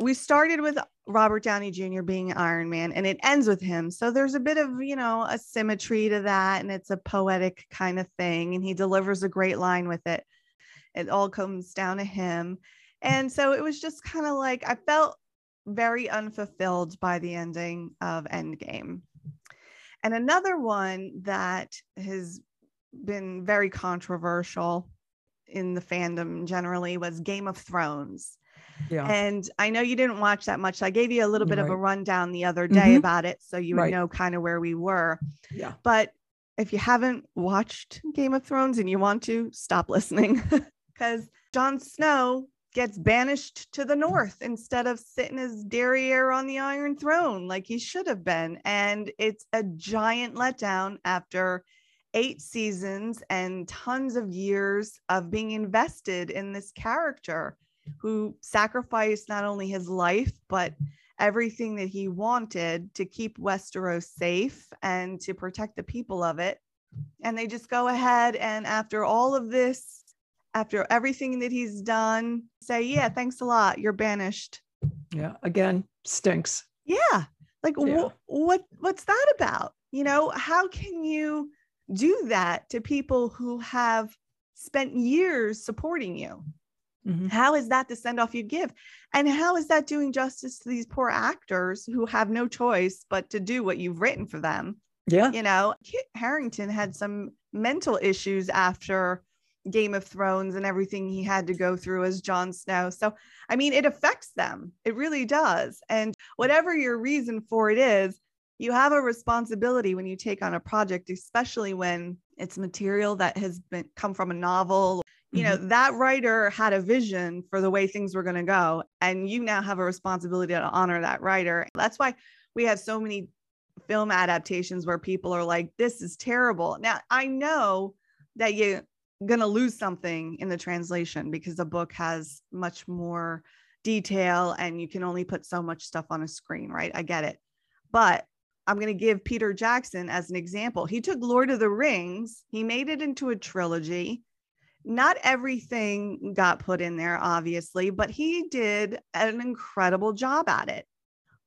we started with Robert Downey Jr. being Iron Man and it ends with him. So there's a bit of, you know, a symmetry to that and it's a poetic kind of thing. And he delivers a great line with it. It all comes down to him. And so it was just kind of like I felt very unfulfilled by the ending of Endgame. And another one that has been very controversial in the fandom generally was Game of Thrones.
Yeah.
And I know you didn't watch that much. So I gave you a little bit of a
Right.
rundown the other day
Mhm.
about it. So you would
Right.
know kind of where we were.
Yeah.
But if you haven't watched Game of Thrones and you want to, stop listening because Jon Snow gets banished to the north instead of sitting his derriere on the Iron Throne like he should have been. And it's a giant letdown after eight seasons and tons of years of being invested in this character who sacrificed not only his life, but everything that he wanted to keep Westeros safe and to protect the people of it. And they just go ahead and after all of this, after everything that he's done, say, Yeah, thanks a lot. You're banished.
Yeah. Again, stinks.
Yeah. Like wh-
Yeah.
what what's that about? You know, how can you do that to people who have spent years supporting you?
Mhm.
How is that the send off you give? And how is that doing justice to these poor actors who have no choice but to do what you've written for them?
Yeah.
You know, Kit Harrington had some mental issues after Game of Thrones and everything he had to go through as Jon Snow. So, I mean, it affects them. It really does. And whatever your reason for it is, you have a responsibility when you take on a project, especially when it's material that has been come from a novel you know that writer had a vision for the way things were going to go and you now have a responsibility to honor that writer that's why we have so many film adaptations where people are like this is terrible now i know that you're going to lose something in the translation because the book has much more detail and you can only put so much stuff on a screen right i get it but I'm going to give Peter Jackson as an example. He took Lord of the Rings, he made it into a trilogy not everything got put in there, obviously, but he did an incredible job at it.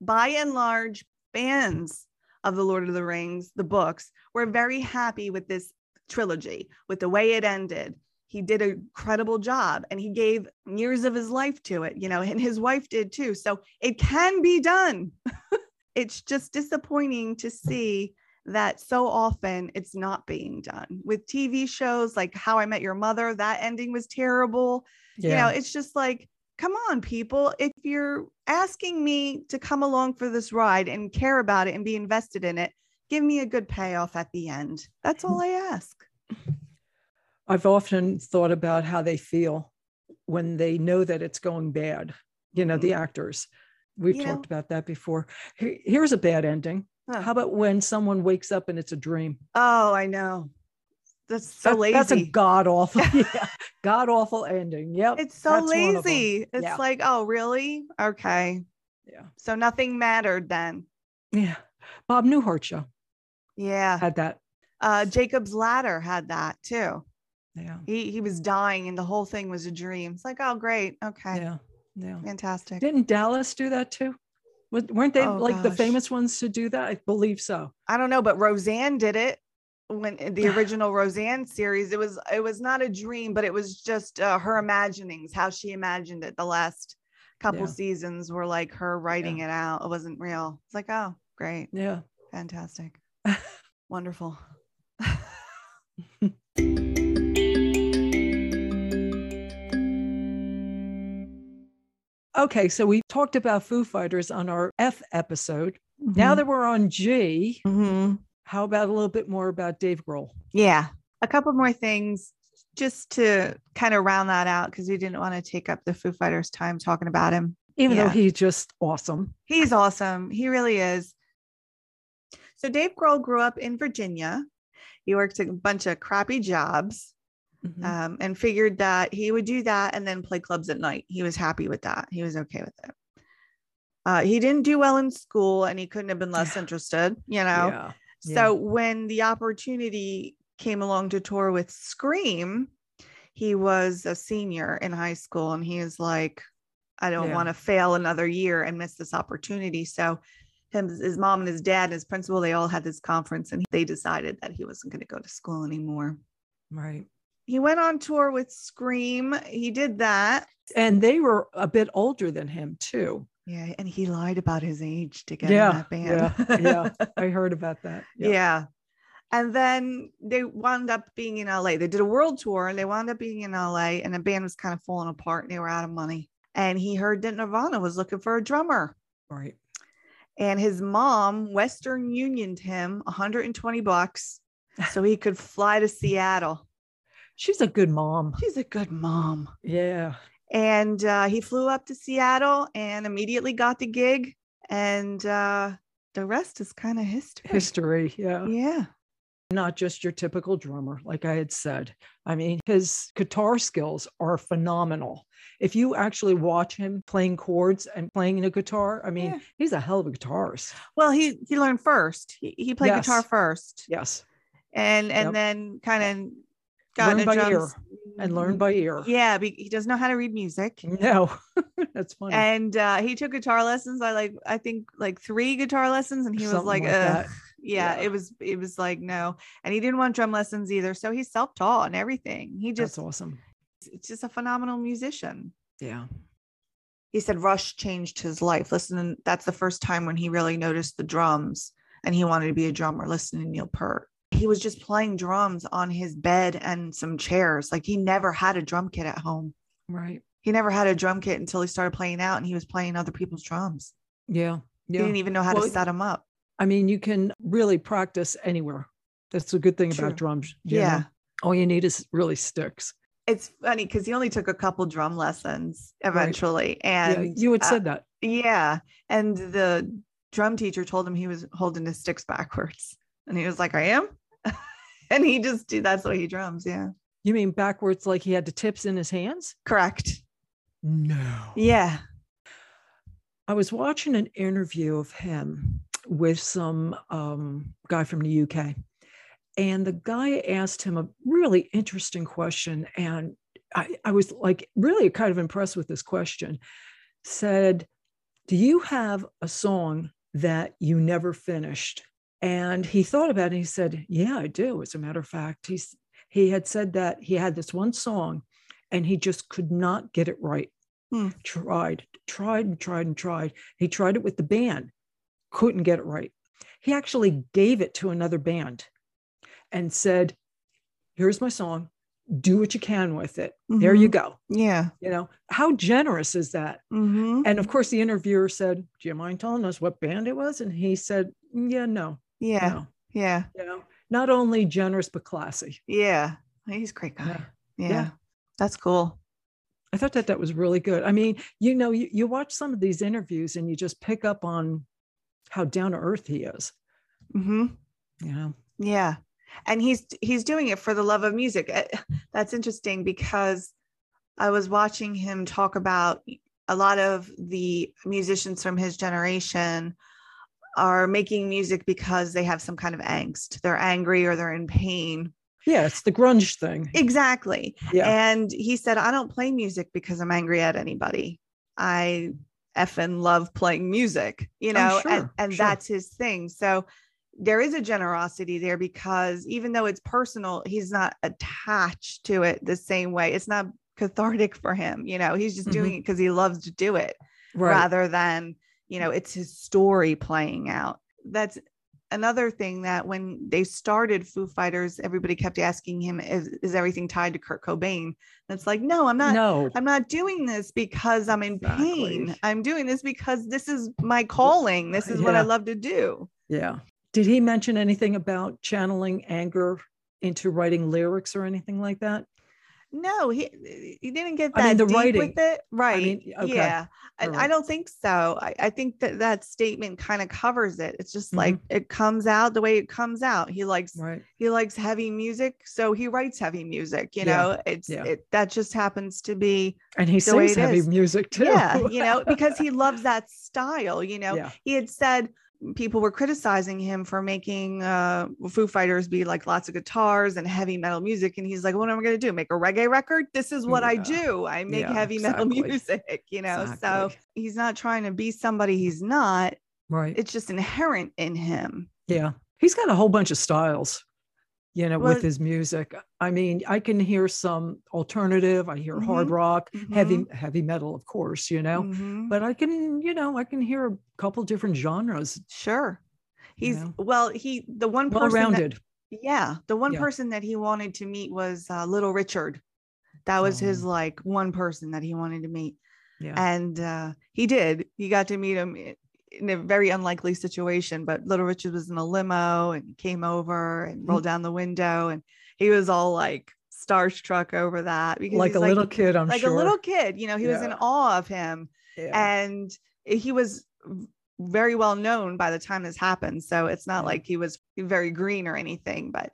By and large, fans of The Lord of the Rings, the books, were very happy with this trilogy, with the way it ended. He did a credible job and he gave years of his life to it, you know, and his wife did too. So it can be done. it's just disappointing to see that so often it's not being done with TV shows like How I Met Your Mother. That ending was terrible.
Yeah.
You know, it's just like, come on, people. If you're asking me to come along for this ride and care about it and be invested in it, give me a good payoff at the end. That's all I ask.
I've often thought about how they feel when they know that it's going bad. You know, the
Mm-hmm.
actors. We've
You know-
talked about that before. Here- Here's a bad ending.
Huh.
How about when someone wakes up and it's a dream?
Oh, I know. That's so
That-
lazy.
That's a god awful, yeah, god awful ending. Yep.
it's so
that's one of 'em.
lazy. It's
Yeah.
like, oh, really? Okay.
yeah.
So nothing mattered then.
Yeah. Bob Newhart show
Yeah.
had that.
Uh, Jacob's Ladder had that too.
Yeah.
He he was dying, and the whole thing was a dream. It's like, oh, great, okay,
Yeah. Yeah.
fantastic.
Didn't Dallas do that too? Wa- Weren't they
Oh,
like the
gosh.
famous ones to do that? I believe so.
I don't know, but Roseanne did it when in the original Roseanne series. It was it was not a dream, but it was just uh, her imaginings, how she imagined it. The last couple
Yeah.
seasons were like her writing it out. It wasn't real. It's like, oh, great,
Yeah.
fantastic, wonderful.
Okay. So we
Mm-hmm.
Mm-hmm. talked about Foo Fighters on our F episode. Now that we're on G,
Mhm.
How about a little bit more about Dave Grohl?
Yeah. A couple more things just to kind of round that out because we didn't want to take up the Foo Fighters' time talking about him.
Even though
Yeah.
he's just awesome.
He's awesome. He really is. So Dave Grohl grew up in Virginia. He worked a bunch of crappy jobs
Mhm.
um, and figured that he would do that and then play clubs at night. He was happy with that. He was okay with it. Uh, he didn't do well in school and he couldn't have been less interested, you know?
Yeah.
So
Yeah.
when the opportunity came along to tour with Scream, he was a senior in high school and he is like, I don't
Yeah.
want to fail another year and miss this opportunity. So him, his mom and his dad and his principal, they all had this conference and they decided that he wasn't going to go to school anymore.
Right.
He went on tour with Scream. He did that.
And they were a bit older than him too.
Yeah. And he lied about his age to get
Yeah,
in that band.
yeah. I heard about that.
Yeah. And then they wound up being in LA. They did a world tour and they wound up being in LA and the band was kind of falling apart and they were out of money. And he heard that Nirvana was looking for a drummer.
Right.
And his mom, Western Unioned him 120 bucks so he could fly to Seattle.
She's a good mom.
She's a good mom.
Yeah.
And uh, he flew up to Seattle and immediately got the gig. And uh, the rest is kind of history.
History. Yeah.
Yeah.
Not just your typical drummer, like I had said. I mean, his guitar skills are phenomenal. If you actually watch him playing chords and playing the guitar, I mean,
Yeah.
he's a hell of a guitarist.
Well, he he learned first. He, he played guitar
Yes.
first,
Yes.
and and
Yep.
then kind of got
Learn
into
by
drums.
And learn by ear.
Yeah, be, he doesn't know how to read music,
No, that's funny.
and uh, he took guitar lessons. I like I think like three guitar lessons, and he was
Something
like, Ugh.
that.
Yeah,
Yeah.
it was it was like no, and he didn't want drum lessons either. So he's self taught and everything. He just
that's awesome.
it's just a phenomenal musician.
Yeah.
He said Rush changed his life. Listen, that's the first time when he really noticed the drums and he wanted to be a drummer listening to Neil Peart. He was just playing drums on his bed and some chairs. Like he never had a drum kit at home.
Right.
He never had a drum kit until he started playing out and he was playing other people's drums.
Yeah.
He
Yeah.
didn't even know how
Well,
to set them up.
I mean, you can really practice anywhere. That's the good thing
True.
about drums. you
Yeah.
know? All you need is really sticks.
It's funny because he only took a couple drum lessons
Right.
eventually.
Yeah,
And
you had
uh,
said that.
Yeah. And the drum teacher told him he was holding his sticks backwards. And he was like, I am. and he just did that's the way he drums. Yeah.
You mean backwards, like he had the tips in his hands?
Correct.
No.
Yeah.
I was watching an interview of him with some um, guy from the UK, and the guy asked him a really interesting question, and I, I was like really kind of impressed with this question. Said, "Do you have a song that you never finished?" And he thought about it. And he said, "Yeah, I do." As a matter of fact, he's he had said that he had this one song, and he just could not get it right tried, tried and tried and tried. He tried it with the band, couldn't get it right. He actually gave it to another band and said, Here's my song. Do what you can with it. There you go.
Mm-hmm. Yeah.
You know, how generous is that?
Mm-hmm.
And of course, the interviewer said, Do you mind telling us what band it was? And he said, Yeah, no.
Yeah.
No.
Yeah.
You know, not only generous, but classy.
Yeah. He's a great guy. Yeah.
Yeah.
That's cool.
I thought that that was really good. I mean, you know, you, you watch some of these interviews and you just pick up on how down to earth he is,
hmm
you know?
Yeah. And he's he's doing it for the love of music. Eh, That's interesting because I was watching him talk about a lot of the musicians from his generation are making music because they have some kind of angst. They're angry or they're in pain.
Yeah, it's the grunge thing.
Exactly.
Yeah.
And he said, I don't play music because I'm angry at anybody. I effing love playing music, you know, and,
Oh, sure,
and
sure.
that's his thing. So there is a generosity there because even though it's personal, he's not attached to it the same way. It's not cathartic for him, you know,
Mm-hmm.
he's just doing it because he loves to do it
right.
rather than you know it's his story playing out that's another thing that when they started foo fighters everybody kept asking him is, is everything tied to kurt cobain and it's like no i'm not
no.
i'm not doing this because i'm in pain
Exactly.
i'm doing this because this is my calling this is what i
Yeah.
love to do
yeah. Did he mention anything about channeling anger into writing lyrics or anything like that?
No, he he didn't get
I
that
mean, the
deep
writing.
with it, right?
mean, okay.
Yeah, I,
All
I
right.
don't think so. I, I think that that statement kind of covers it. It's just
Mhm.
like it comes out the way it comes out. He likes
Right.
he likes heavy music, so he writes heavy music. You
Yeah.
know, it's
Yeah.
it that just happens to be
And he
The way
sings
it
heavy
is.
music too.
yeah, you know, because he loves that style. You know,
yeah.
he had said people were criticizing him for making uh Foo Fighters be like lots of guitars and heavy metal music and he's like what am I going to do make a reggae record this is what I
Yeah.
do I make
Yeah,
heavy metal
exactly.
music you know so
Exactly.
he's not trying to be somebody he's not
Right.
it's just inherent in him
Yeah. He's got a whole bunch of styles, you know,
Well-
with his music. I mean, I can hear some alternative, I hear hard
Mhm.
rock, heavy heavy metal, of course, you know.
Mhm.
But I can, you know, I can hear a couple different genres,
sure he's
know.
well he the one person that-
well-rounded.
Yeah, the one
Yeah.
person that he wanted to meet was uh, Little Richard. That was his
Oh.
like one person that he wanted to meet,
yeah.
and uh, he did. He got to meet him i- in a very unlikely situation, but Little Richard was in a limo and came over
Mm-hmm.
and rolled down the window, and he was all like starstruck over that because
like
he's
a little kid, I'm
like
sure.
a little kid. You know, he was in
Yeah.
awe of him,
Yeah.
and he was v- very well known by the time this happened so it's not
Yeah.
like he was very green or anything but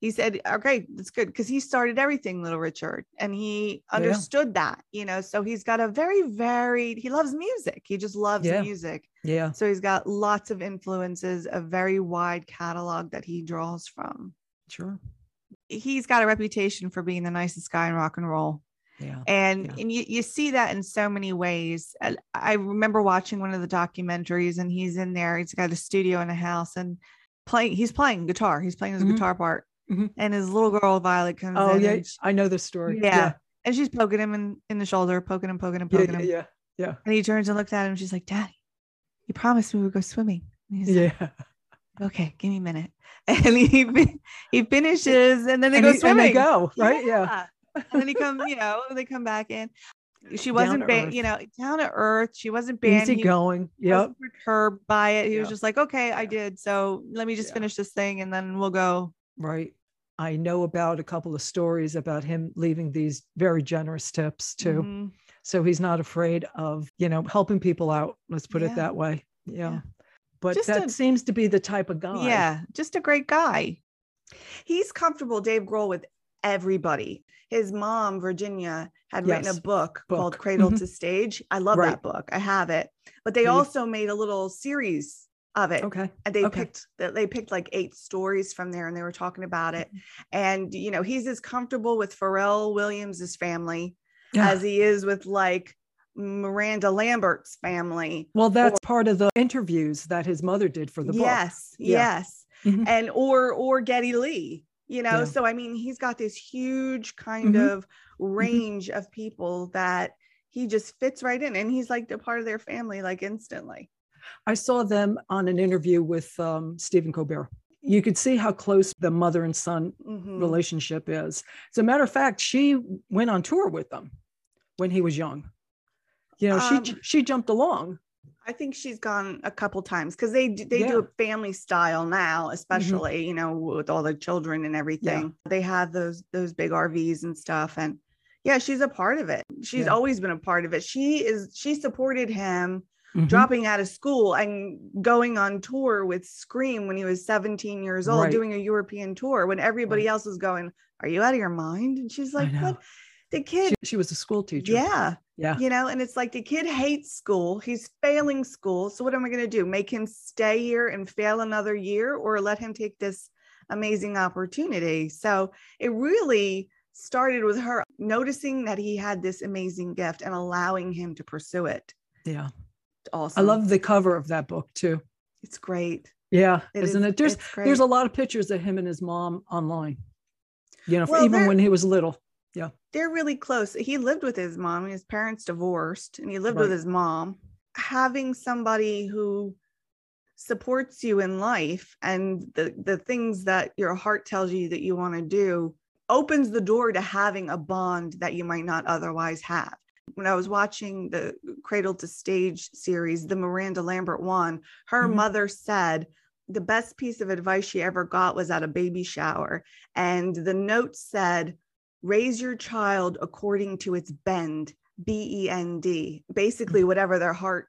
he said okay that's good because he started everything little richard and he
Yeah.
understood that you know so he's got a very varied he loves music he just loves
Yeah.
music
yeah.
so he's got lots of influences a very wide catalog that he draws from
Sure.
he's got a reputation for being the nicest guy in rock and roll
Yeah.
and
Yeah.
and you, you see that in so many ways And i remember watching one of the documentaries and he's in there he's got a studio in a house and playing he's playing guitar he's playing his
Mhm.
guitar part
Mhm.
and his little girl violet comes
Oh
in
yeah.
and, sh-
I know the story.
Yeah. and she's poking him in, in the shoulder poking him poking him
Yeah.
poking
Yeah.
him
Yeah. Yeah.
and he turns and looks at him she's like daddy you promised we would go swimming and he's
Yeah.
like okay give me a minute and he fin- he finishes and then they
And
go
he-
swimming
and they go, right? Yeah.
yeah. And then he come, you know, they come back in. She wasn't,
to
ba-
earth.
you know, down to earth. She wasn't banned.
Easy going. Yep.
wasn't perturbed by it. He was
Yeah.
just like, okay, I
Yeah.
did. So let me just
Yeah.
finish this thing and then we'll go.
Right. I know about a couple of stories about him leaving these very generous tips too.
Mhm.
So he's not afraid of, you know, helping people out. Let's put
Yeah.
it that way. Yeah.
Yeah.
But
Just
that
a-
seems to be the type of guy.
Yeah, just a great guy. He's comfortable, Dave Grohl, with everybody. His mom, Virginia, had written a
Yes.
book, called
Book.
Cradle
Mhm.
to Stage. I love
Right.
that book. I have it. But they
Please.
also made a little series of it.
Okay.
and they
Okay.
picked that they picked like eight stories from there and they were talking about it
Mm-hmm.
and you know he's as comfortable with pharrell williams's family
Yeah.
as he is with like miranda lambert's family
well, that's part of the interviews that his mother did for the book.
yes
Yeah.
yes
Mhm.
and or or getty lee you know
Yeah.
so i mean he's got this huge kind
Mhm.
of range of people that he just fits right in and he's like a part of their family like instantly
I saw them on an interview with um, Stephen Colbert. You could see how close the mother and son
Mhm.
relationship is. As a matter of fact, she went on tour with them when he was young. You know, she
Um,
j- she jumped along.
I think she's gone a couple times because they d- they do
Yeah. Mm-hmm.
it family style now, especially you know with all the children and everything. They have those those big RVs and stuff, and yeah, she's a part of it. She's
Yeah.
always been a part of it. She is she supported him
Mm-hmm.
dropping out of school and going on tour with Scream when he was 17 years old,
Right.
doing a European tour when everybody
Right.
else was going, "Are you out of your mind?" And she's
I
like,
know.
"What the
She,
kid?"
she was a school teacher.
Yeah
Yeah.
you know and it's like the kid hates school he's failing school so what am i going to do make him stay here and fail another year or let him take this amazing opportunity so it really started with her noticing that he had this amazing gift and allowing him to pursue it
Yeah.
also
I love the cover of that book too.
it's great
Yeah.
It
is isn't
is-
it? There's
it's
there's a
great.
lot of pictures of him and his mom online. You know,
Well,
even
there-
when he was little.
they're really close he lived with his mom his parents divorced and he lived with
Right.
his mom having somebody who supports you in life and the the things that your heart tells you that you want to do opens the door to having a bond that you might not otherwise have when i was watching the cradle to stage series the miranda lambert one her
Mhm.
mother said the best piece of advice she ever got was at a baby shower. And the note said, raise your child according to its bend, B E N D, basically whatever their heart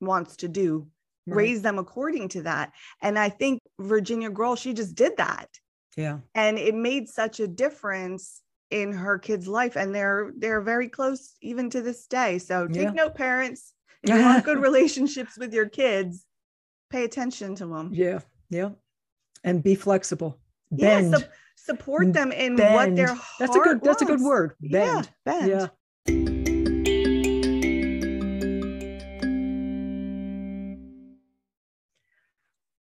wants to do,
Right.
raise them according to that. And I think Virginia Grohl, she just did that.
Yeah.
And it made such a difference in her kid's life. And they're they're very close even to this day. So take
Yeah.
note, parents. If you want good relationships with your kids, pay attention to them.
Yeah. Yeah. And be flexible.
Yeah,
Bend.
sup- support them in what
Mm, bend.
their heart
that's a good that's a good
wants.
word.
Yeah,
Bend.
bend.
yeah.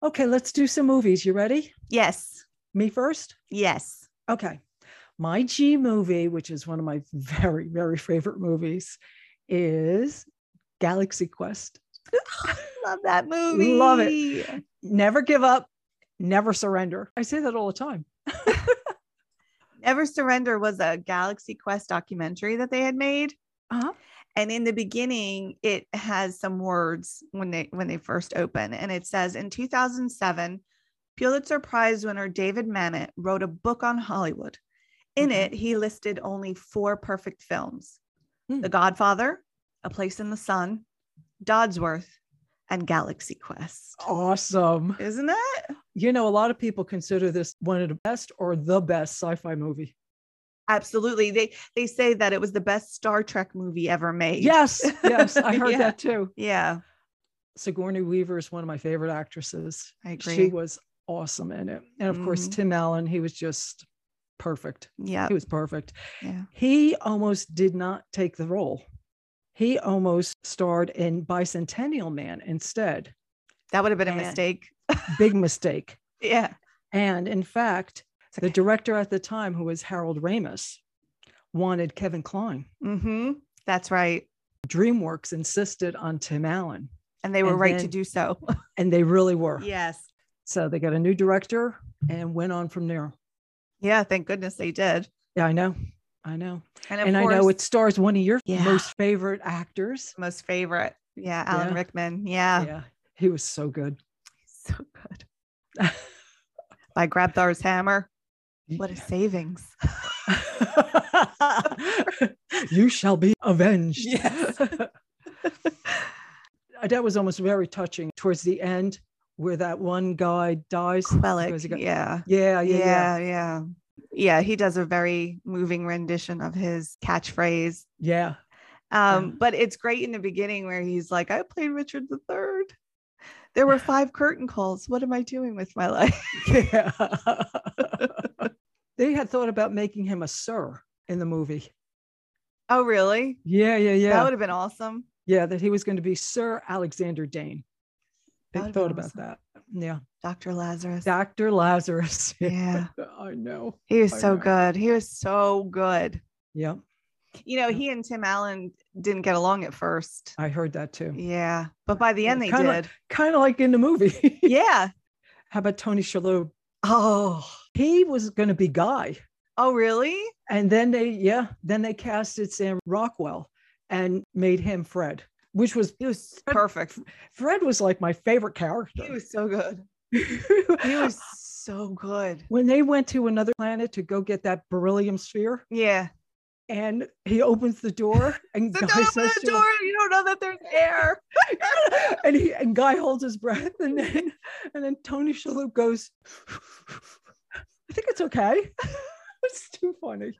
Okay, let's do some movies. You ready?
Yes.
Me first?
Yes.
Okay. My G movie, which is one of my very, very favorite movies, is Galaxy Quest.
Love that movie.
Love it.
it.
Never give up, never surrender. I say that all the time.
Never Surrender was a Galaxy Quest documentary that they had made.
Uh-huh.
And in the beginning, it has some words when they when they first open. And it says in 2007, Pulitzer Prize winner David Mamet wrote a book on Hollywood. In
Okay.
it, he listed only four perfect films:
Hmm.
The Godfather, A Place in the Sun, Dodsworth, and Galaxy Quest.
Awesome.
Isn't it?
You know, a lot of people consider this one of the best or the best sci fi movie.
Absolutely. They they say that it was the best Star Trek movie ever made.
Yes, yes, I heard
Yeah.
that too.
Yeah,
Sigourney Weaver is one of my favorite actresses.
I agree.
She was awesome in it. And of course,
Mhm.
Tim Allen, he was just perfect.
yeah.
He was perfect.
Yeah.
He almost did not take the role. He almost starred in Bicentennial Man instead.
That would have been a
And-
mistake.
Big mistake.
Yeah.
And in fact,
It's
the
okay.
director at the time, who was Harold Ramis, wanted Kevin Kline.
Mm-hmm. That's right.
DreamWorks insisted on Tim Allen,
And they were
And
right to
then-
do so.
and they really were.
yes.
So they got a new director and went on from there.
Yeah. Thank goodness they did.
Yeah, I know. I know.
And, of
And,
course,
I know it stars one of your
Yeah.
most favorite actors.
most favorite. Yeah. Alan
Yeah.
Rickman. Yeah.
yeah. He was so good.
So good. By Grabthar's Hammer. What a savings.
you shall be avenged.
Yes.
that was almost very touching towards the end where that one guy dies. because he
Quellic.
got-
Yeah.
Oh, yeah, yeah, yeah.
Yeah. Yeah. Yeah. He does a very moving rendition of his catchphrase.
Yeah.
Um, But it's great in the beginning where he's like, I played Richard the Third. There were five curtain calls. What am I doing with my life?
Yeah. they had thought about making him a sir in the movie.
Oh, really?
Yeah, yeah, yeah.
That would have been awesome.
yeah, that he was going to be Sir Alexander Dane.
That would've
They
been
thought about
awesome.
that. Yeah.
Dr. Lazarus.
Dr. Lazarus.
Yeah.
I know.
He was
I
so
know.
good. He was so good.
Yeah.
You know,
Yeah.
he and Tim Allen didn't get along at first.
I heard that too.
Yeah. But by the
Yeah,
end, they
kinda like-
did.
Kind of like in the movie.
Yeah.
How about Tony Shalhoub? Oh, he was going to be Guy.
Oh, really?
And then they, yeah, then they casted Sam Rockwell and made him Fred, which was
He was
Fred-
perfect.
Fred was like my favorite character.
He was so good. He was so good.
when they went to another planet to go get that beryllium sphere,
Yeah.
and he opens the door and
Sit
guy
down by
says
the
to him-
door. You don't know that there's air.
and he and guy holds his breath and then and then Tony Shalhoub goes, I think it's okay. it's too funny.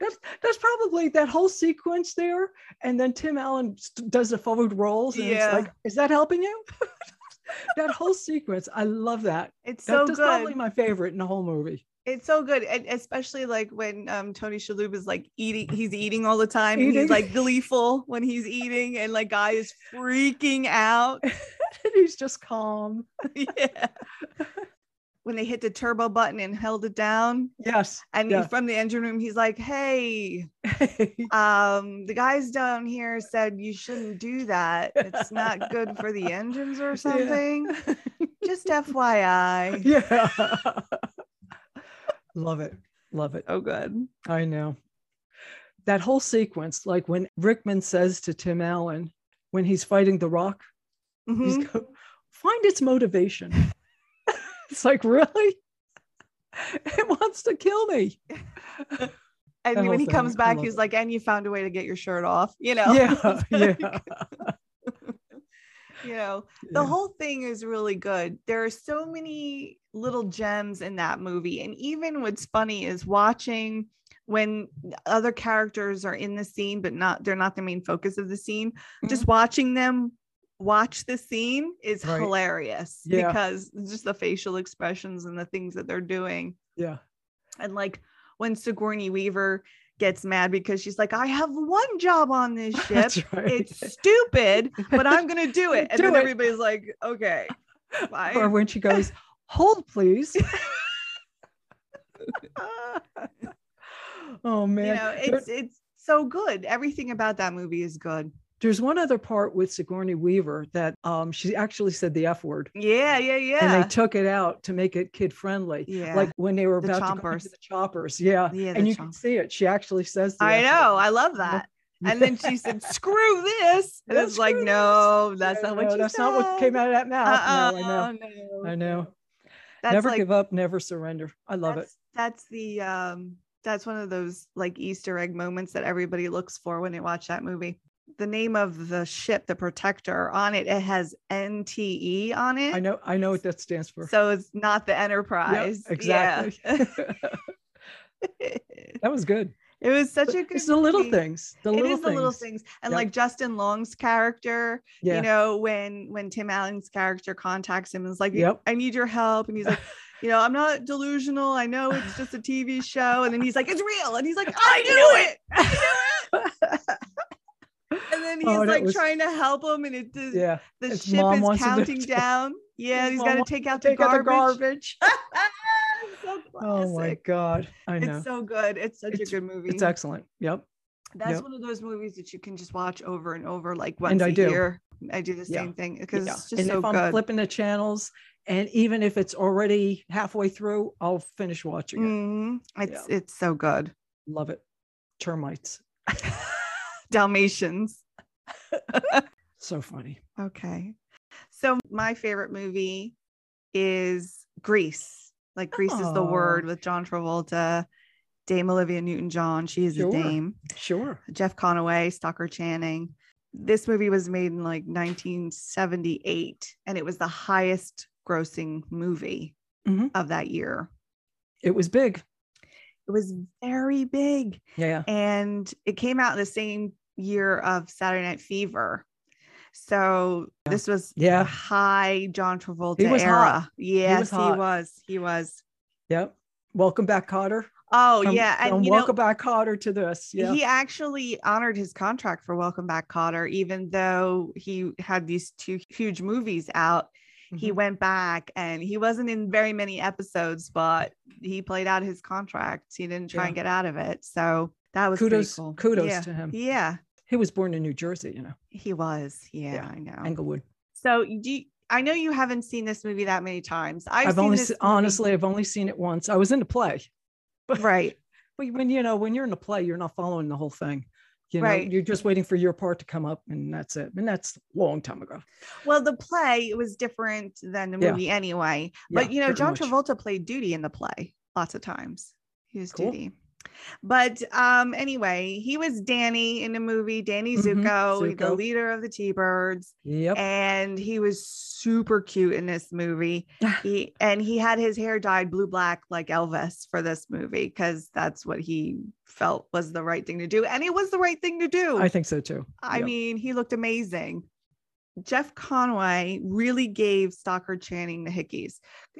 That's that's probably that whole sequence there, and then Tim Allen st- does the forward rolls, and
Yeah.
it's like, is that helping you? that whole sequence, I love that.
It's
That-
so
that's
good.
probably my favorite in the whole movie.
It's so good, and especially like when um, Tony Shalhoub is like eating. He's eating all the time. And
Eating.
he's like gleeful when he's eating, and like guy is freaking out.
He's just calm.
yeah. When they hit the turbo button and held it down,
Yes.
and
Yeah.
from the engine room, he's like, "Hey, um, the guys down here said you shouldn't do that. It's not good for the engines or something. Just FYI."
yeah. Love it. Love it.
Oh, good.
I know. That whole sequence, like when Rickman says to Tim Allen, when he's fighting The Rock,
Mhm.
he's go, find its motivation. It's like, really? It wants to kill me.
And
whole
when he
thing,
comes
I
back,
love
he's
it.
like, and you found a way to get your shirt off, you know?
Yeah. Yeah.
you know, the
yeah.
whole thing is really good. There are so many little gems in that movie. And even what's funny is watching when other characters are in the scene, but not they're not the main focus of the scene.
Mm-hmm.
Just watching them watch the scene is
Right.
hilarious
Yeah.
because just the facial expressions and the things that they're doing.
yeah.
And like when Sigourney Weaver gets mad because she's like, I have one job on this ship.
That's right.
It's stupid, but I'm gonna do it. And
Do
then
it.
everybody's like, okay, fine.
or when she goes, hold please. oh man.
you know,
There-
it's it's so good. Everything about that movie is good.
There's one other part with Sigourney Weaver that um, she actually said the F word
Yeah, yeah,
and
yeah.
they took it out to make it kid friendly.
yeah.
Like when they were
The
about to go into
chompers.
the choppers. Yeah.
yeah, the
and you can
chomp.
see it. She actually says, the
I
F
know,
word.
I love
Yeah.
that. And then she said, screw this. And
Yeah,
it's like,
screw this.
no, that's
Yeah,
not what
no,
you
That's not what came
said.
out of that mouth.
Uh-uh,
no, I know.
no, no.
I know.
That's
never
like
give up, never surrender. I love it.
that's, That's the um that's one of those like Easter egg moments that everybody looks for when they watch that movie. The name of the ship, the Protector, on it it has NTE on it.
I know. I know what that stands for.
So it's not the
Yep,
Enterprise. Yeah.
exactly. that was good.
it was such a good.
It's the little
movie.
things. The
It
little
is
things.
the little things, and
Yep.
like Justin Long's character,
Yeah.
you know, when when Tim Allen's character contacts him and is like,
Yep.
"I need your help," and he's like, "You know, I'm not delusional. I know it's just a TV show," and then he's like, "It's real," and he's like, "I knew it." And then he's
Oh, that
like
was-
trying to help him, and it does,
yeah.
the
His
ship
mom
is
wants him to
counting
take-
down. Yeah,
his
and he's
mom
got to
wants
take out the
Take out the
garbage.
garbage.
so classic.
Oh my God. I know.
It's so good. It's such
It's-
a good movie.
It's excellent. Yep.
That's
yep.
one of those movies that you can just watch over and over, like once
And
a
I do.
year. I do the
Yeah.
same thing because
Yeah.
it's just
and
so
if I'm
good.
flipping the channels, and even if it's already halfway through, I'll finish watching it.
Mhm. It's it's so good.
Love it. Termites.
Dalmatians.
So funny.
Okay. So my favorite movie is Grease. Like Grease is the
Oh.
word with John Travolta, Dame Olivia Newton John. She is
Sure.
a dame.
Sure.
Jeff Conaway, Stalker Channing. This movie was made in like 1978 and it was the highest grossing movie
Mhm.
of that year.
It was big.
It was very big
Yeah.
and it came out in the same year of Saturday Night Fever. So
Yeah.
this was
Yeah.
high John Travolta
was
era.
hot.
Yes, he was,
hot.
he was.
Yep. Welcome back, Cotter.
Oh
From-
yeah,
from
and you know
Welcome back, Cotter, to this. Yeah.
he actually honored his contract for Welcome Back, Cotter, even though he had these two huge movies out. He
Mhm.
went back and he wasn't in very many episodes, but he played out his contract. He didn't try
Yeah.
and get out of it. So that was pretty
kudos.
cool.
Kudos
Yeah.
to him.
Yeah,
He was born in New Jersey. You know,
he was. Yeah,
Yeah.
I know.
Englewood.
So do you, I know you haven't seen this movie that many times. I've,
I've,
seen
only
this
se-
movie-
honestly, I've only seen it once. I was in the play, but
right.
but when you know when you're in a play, you're not following the whole thing. You know,
Right.
you're just waiting for your part to come up, and that's it. And that's a long time ago.
Well, the play was different than the
Yeah.
movie anyway.
Yeah,
But you know,
very
John
much.
Travolta played duty in the play lots of times. He was
Cool.
duty. But um anyway, he was Danny in the movie, Danny
Mhm,
Zuko, the
Zuko.
leader of the T-Birds,
Yep.
and he was super cute in this movie. He and he had his hair dyed blue black like Elvis for this movie cuz that's what he felt was the right thing to do and it was the right thing to do.
I think so too.
I
Yep.
mean, he looked amazing. Jeff Conway really gave Stalker Channing the hickeys.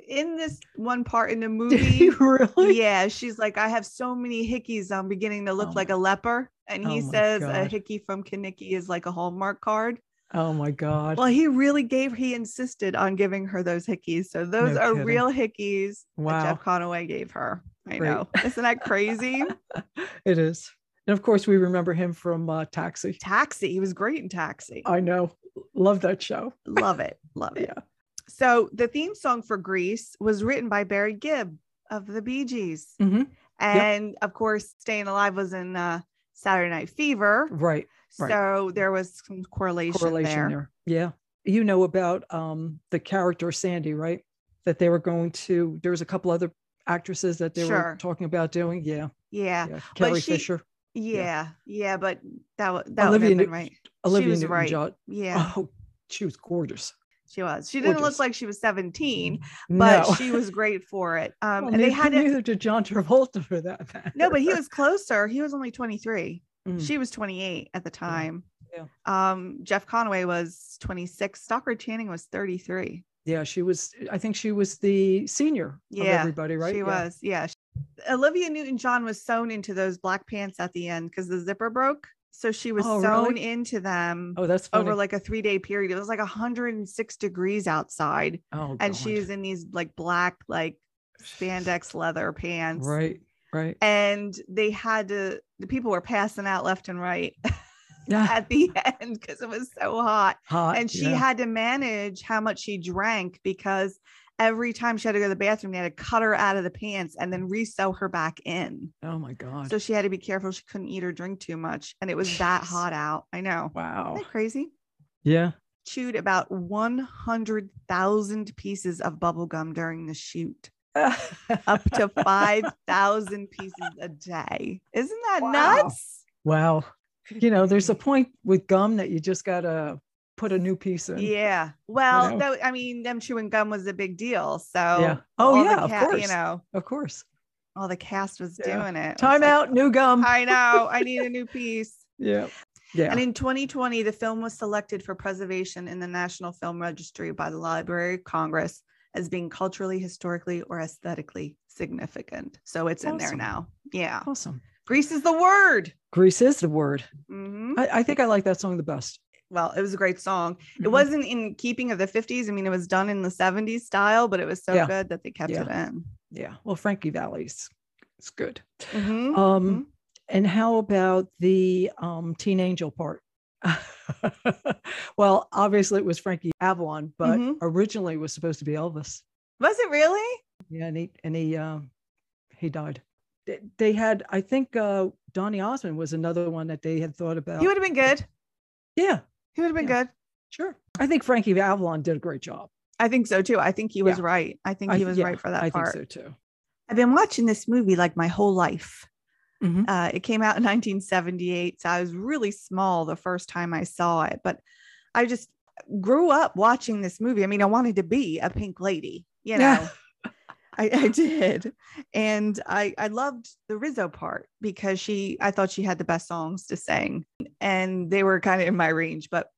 In this one part in the
Did he
movie,
really?
yeah, she's like, I have so many hickeys. I'm beginning to look
Oh
like a leper. And he
Oh my
says a
God.
hickey from Kinnicky is like a Hallmark card.
Oh my God.
Well, he really gave, he insisted on giving her those hickeys. So those
No
are
kidding.
real hickeys that
wow.
Jeff Conway gave her. I
Great.
know. Isn't that crazy?
It is. And of course, we remember him from uh, Taxi.
Taxi. He was great in Taxi.
I know. Love that show.
Love it. Love it.
Oh, Yeah.
So the theme song for Grease was written by Barry Gibb of the Bee Gees.
Mhm.
And of course, Staying Alive was in uh, Saturday Night Fever.
Right. Right.
So there was some correlation,
Correlation
there.
there. Yeah. You know about um, the character Sandy, right? that they were going to. There was a couple other actresses that they
Sure.
were talking about doing. Yeah,
Yeah.
yeah.
But
Carrie
she-
Fisher,
Yeah. Yeah. But that, wa- that would
Olivia
have been
Newt-
right.
Olivia
was
Newton
right.
John.
Yeah.
Oh, she was gorgeous.
She was. She didn't look
gorgeous.
like she was 17, but
no.
she was great for it. Um,
Well,
and they
neither-
had it.
neither did John Travolta for that. matter.
No, but he was closer. He was only 23.
Mm.
She was 28 at the time.
Yeah.
Um, Jeff Conway was 26. Stockard Channing was 33.
yeah, she was. I think she was the senior of
Yeah,
everybody, right?
She
Yeah.
was. Yeah. She- Olivia Newton John was sewn into those black pants at the end because the zipper broke. So she was
Oh,
sewn
really?
into them
Oh, that's funny.
over like a three day period. It was like 106 degrees outside.
oh,
And
God.
she's in these like black, like spandex leather pants.
right, right.
And they had to, the people were passing out left and right
Yeah,
at the end because it was so hot.
hot.
And she
yeah.
had to manage how much she drank because every time she had to go to the bathroom, they had to cut her out of the pants and then resew her back in.
Oh my God.
So she had to be careful. She couldn't eat or drink too much. And it was that
Jeez.
hot out. I know.
wow.
Isn't that crazy?
Yeah.
Chewed about 100,000 pieces of bubble gum during the shoot, up to 5,000 pieces a day. Isn't that
Wow.
nuts?
Wow. You know, there's a point with gum that you just gotta put a new piece in.
Yeah. Well,
know?
that, I mean, them chewing gum was a big deal. So, all
Oh,
the
yeah, of
ca- You
course.
know,
Of course.
all the cast was
Yeah.
doing it. It was
Time
like,
out, new gum.
I know. I need a new piece.
yeah. Yeah.
And in 2020, the film was selected for preservation in the National Film Registry by the Library of Congress as being culturally, historically, or aesthetically significant. So it's in there
Awesome.
now. Yeah.
awesome.
Greece is the word.
Grease is the word.
Mhm.
I, I think I like that song the best.
Well, it was a great song. It
Mhm.
wasn't in keeping of the 50s. I mean, it was done in the 70s style, but it was so
Yeah.
good that they kept it in.
Yeah. Well, Frankie Valley's it's good.
Mhm.
Um,
Mhm.
and how about the um teen angel part? well, obviously it was Frankie Avalon, but
Mhm.
originally it was supposed to be Elvis.
Was it really?
Yeah, and he and he um he died. They, they had, I think, uh Donny Osmond was another one that they had thought about.
He would have been good.
yeah,
He would have been
Yeah.
good.
sure. I think Frankie Avalon did a great job.
I think so too. I think he was right. I think
I
he
th-
was
yeah,
right for that
I
part.
think so too.
I've been watching this movie like my whole life.
Mhm.
Uh, it came out in 1978. So I was really small the first time I saw it, but I just grew up watching this movie. I mean, I wanted to be a pink lady, you
Yeah.
know. I, I did. And I, I loved the Rizzo part because she, I thought she had the best songs to sing and they were kind of in my range, but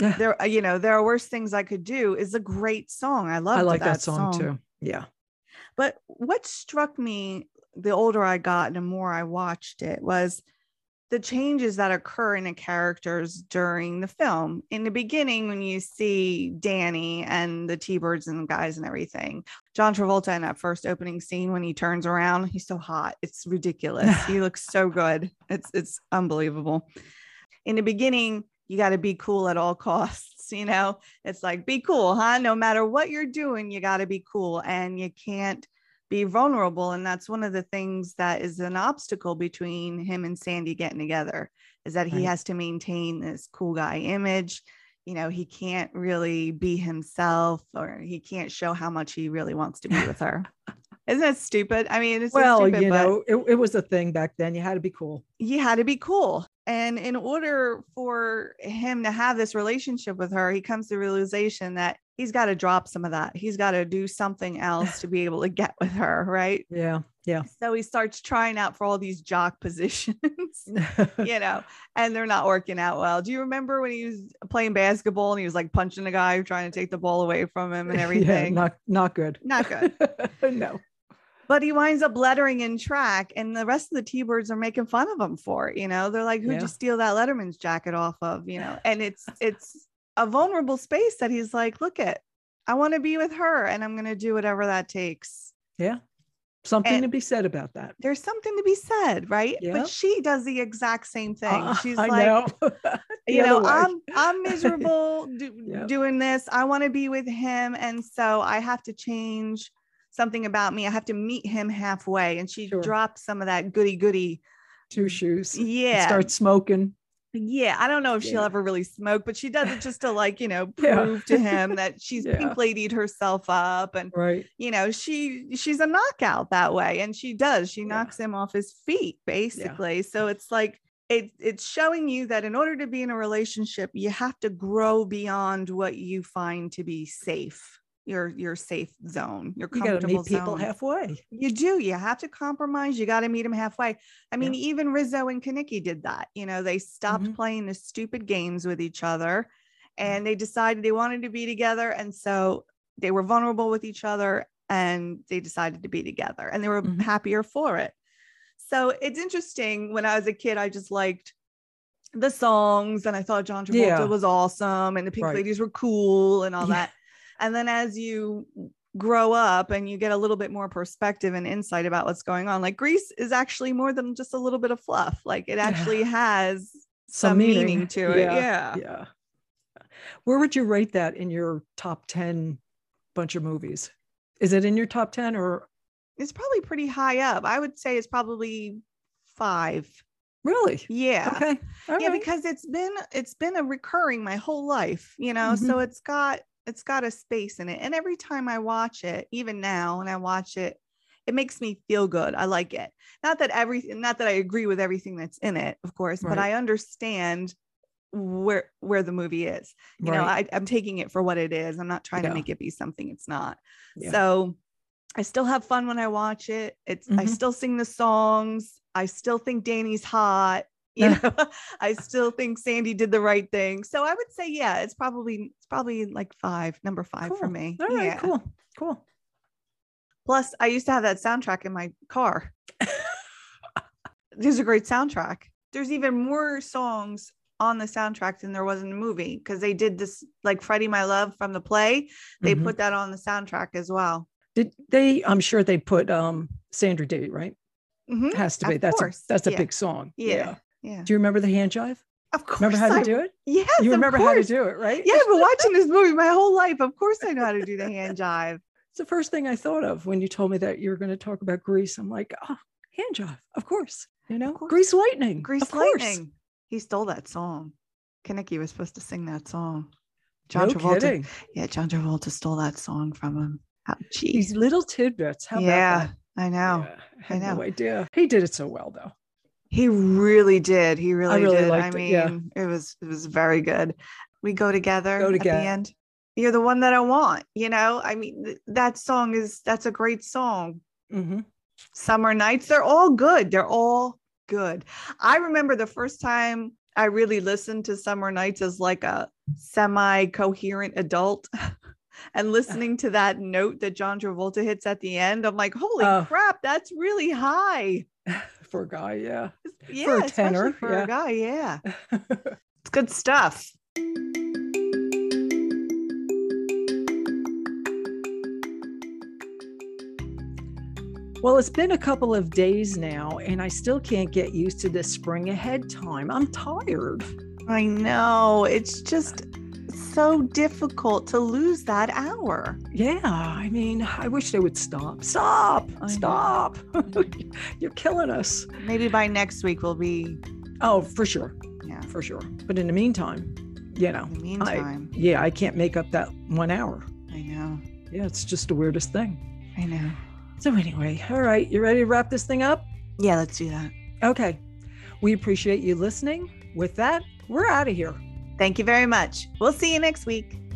Yeah.
there, you know, there are worse things I could do is a great song. I love
I like that, song, too. Yeah.
but what struck me the older I got and the more I watched it was the changes that occur in the characters during the film. In the beginning, when you see Danny and the T Birds and the guys and everything, John Travolta in that first opening scene when he turns around, he's so hot. It's ridiculous. he looks so good. It's it's unbelievable. In the beginning, you got to be cool at all costs, you know? It's like be cool, huh? No matter what you're doing, you got to be cool and you can't be vulnerable and that's one of the things that is an obstacle between him and Sandy getting together is that he
Right.
has to maintain this cool guy image. You know, he can't really be himself or he can't show how much he really wants to be with her. Isn't that stupid? I mean, it's so
well,
stupid,
you
but
know, it, it was a thing back then. You had to be cool.
he had to be cool. And in order for him to have this relationship with her, he comes to the realization that he's got to drop some of that. He's got to do something else to be able to get with her, right?
Yeah.
So he starts trying out for all these jock positions, you know, and they're not working out well. Do you remember when he was playing basketball and he was like punching a guy trying to take the ball away from him and
Yeah,
everything?
not not good.
Not good.
no.
But he winds up lettering in track, and the rest of the T Birds are making fun of him for it. You know, they're like, "Who'd
Yeah.
you steal that Letterman's jacket off of?" You know, and it's it's a vulnerable space that he's like, "Look at, I want to be with her, and I'm going to do whatever that takes."
Yeah. Something
And-
to be said about that.
there's something to be said, right?
Yeah.
But she does the exact same thing.
Uh,
She's
I
like,
know.
you
the
know,
other way.
I'm I'm miserable do,
Yeah.
doing this. I want to be with him, and so I have to change something about me. I have to meet him halfway, and she
Sure.
dropped some of that goody goody.
Two shoes.
Yeah,
Start smoking.
Yeah, I don't know if she'll
Yeah.
ever really smoke, but she does it just to like, you know,
Yeah.
prove to him that she's
Yeah.
pink ladied herself up and
Right.
you know, she she's a knockout that way and she does. She
Yeah.
knocks him off his feet basically. So it's like it it's showing you that in order to be in a relationship, you have to grow beyond what you find to be safe. Your your safe zone, your
You got to
comfortable
meet people
zone.
halfway.
You do. You have to compromise. You got to meet them halfway. I mean, even Rizzo and Kanicki did that. You know, they stopped
Mhm.
playing the stupid games with each other and they decided they wanted to be together. And so they were vulnerable with each other and they decided to be together and they were
Mhm.
happier for it. So it's interesting. When I was a kid, I just liked the songs and I thought John Travolta
Yeah.
was awesome and the Pink
Right.
Ladies were cool and all
Yeah.
that. And then as you grow up and you get a little bit more perspective and insight about what's going on. Like Greece is actually more than just a little bit of fluff. Like it
Yeah.
actually has some, meaning. to it. Yeah.
Yeah. Where would you rate that in your top 10 bunch of movies? Is it in your top 10 or
It's probably pretty high up. I would say it's probably five.
really?
Yeah.
Okay. All
yeah,
right.
because it's been it's been a recurring my whole life, you know.
Mm-hmm.
So it's got it's got a space in it. And every time I watch it, even now when I watch it, it makes me feel good. I like it. Not that everything not that I agree with everything that's in it, of course, but I
Right.
understand where where the movie is. You know,
Right.
I, I'm taking it for what it is. I'm not trying
Yeah.
to make it be something it's not.
Yeah.
So I still have fun when I watch it. It's I
Mhm.
still sing the songs. I still think Danny's hot. You know, I still think Sandy did the right thing. So I would say, yeah, it's probably it's probably like five, number five for
Cool.
me.
All right.
yeah.
Cool. Cool.
Plus, I used to have that soundtrack in my car. There's a great soundtrack. There's even more songs on the soundtrack than there was in the movie because they did this like Freddie My Love from the play. They
Mhm.
put that on the soundtrack as well.
did they? I'm sure they put um Sandra Day, right?
Mhm.
Has to
Of
be. That's
course.
a that's a
Yeah.
big song.
Yeah. Yeah.
Do you remember the hand jive?
Of course.
Remember how
I
to do it?
Yes,
You
of
remember how to
course.
do it, right?
Yeah, I've been watching this movie my whole life. Of course, I know how to do the hand jive.
It's the first thing I thought of when you told me that you were going to talk about Grease. I'm like, oh, hand jive, of course. You know,
course.
Grease Lightning.
Grease
of course.
Lightning. He stole that song. Kaneki was supposed to sing that song.
No
John Travolta.
kidding.
Yeah, John Travolta stole that song from him. Oh,
These
jeez.
little tidbits. How
Yeah,
about
I
that?
know.
Yeah, I had
know.
no idea. He did it so well, though.
He really did. He really,
really
did. I
liked it,
mean,
yeah.
it was it was very good. We go together.
Go
At
together.
the end. You're the one that I want. You know. I mean, th- that song is that's a great song,
Mhm.
summer nights they're all good they're all good i remember the first time i really listened to summer nights as like a semi coherent adult and listening to that note that john travolta hits at the end i'm like holy
Oh.
crap that's really high
For a guy, yeah.
yeah
a
especially
tenor,
for
yeah.
a guy yeah it's good stuff
Well, it's been a couple of days now, and I still can't get used to this spring ahead time. I'm tired.
i know it's just so difficult to lose that hour
Yeah, I mean, I wish they would stop. Stop.
I know.
Stop. You're killing us.
maybe by next week we'll be
Oh, for sure.
yeah
For sure. But in the meantime, you know,
in the meantime
yeah, I can't make up that one hour.
I know
Yeah, it's just the weirdest thing.
i know
So, anyway, all right, you ready to wrap this thing up?
yeah let's do that
Okay. We appreciate you listening. With that, we're out of here.
Thank you very much. We'll see you next week.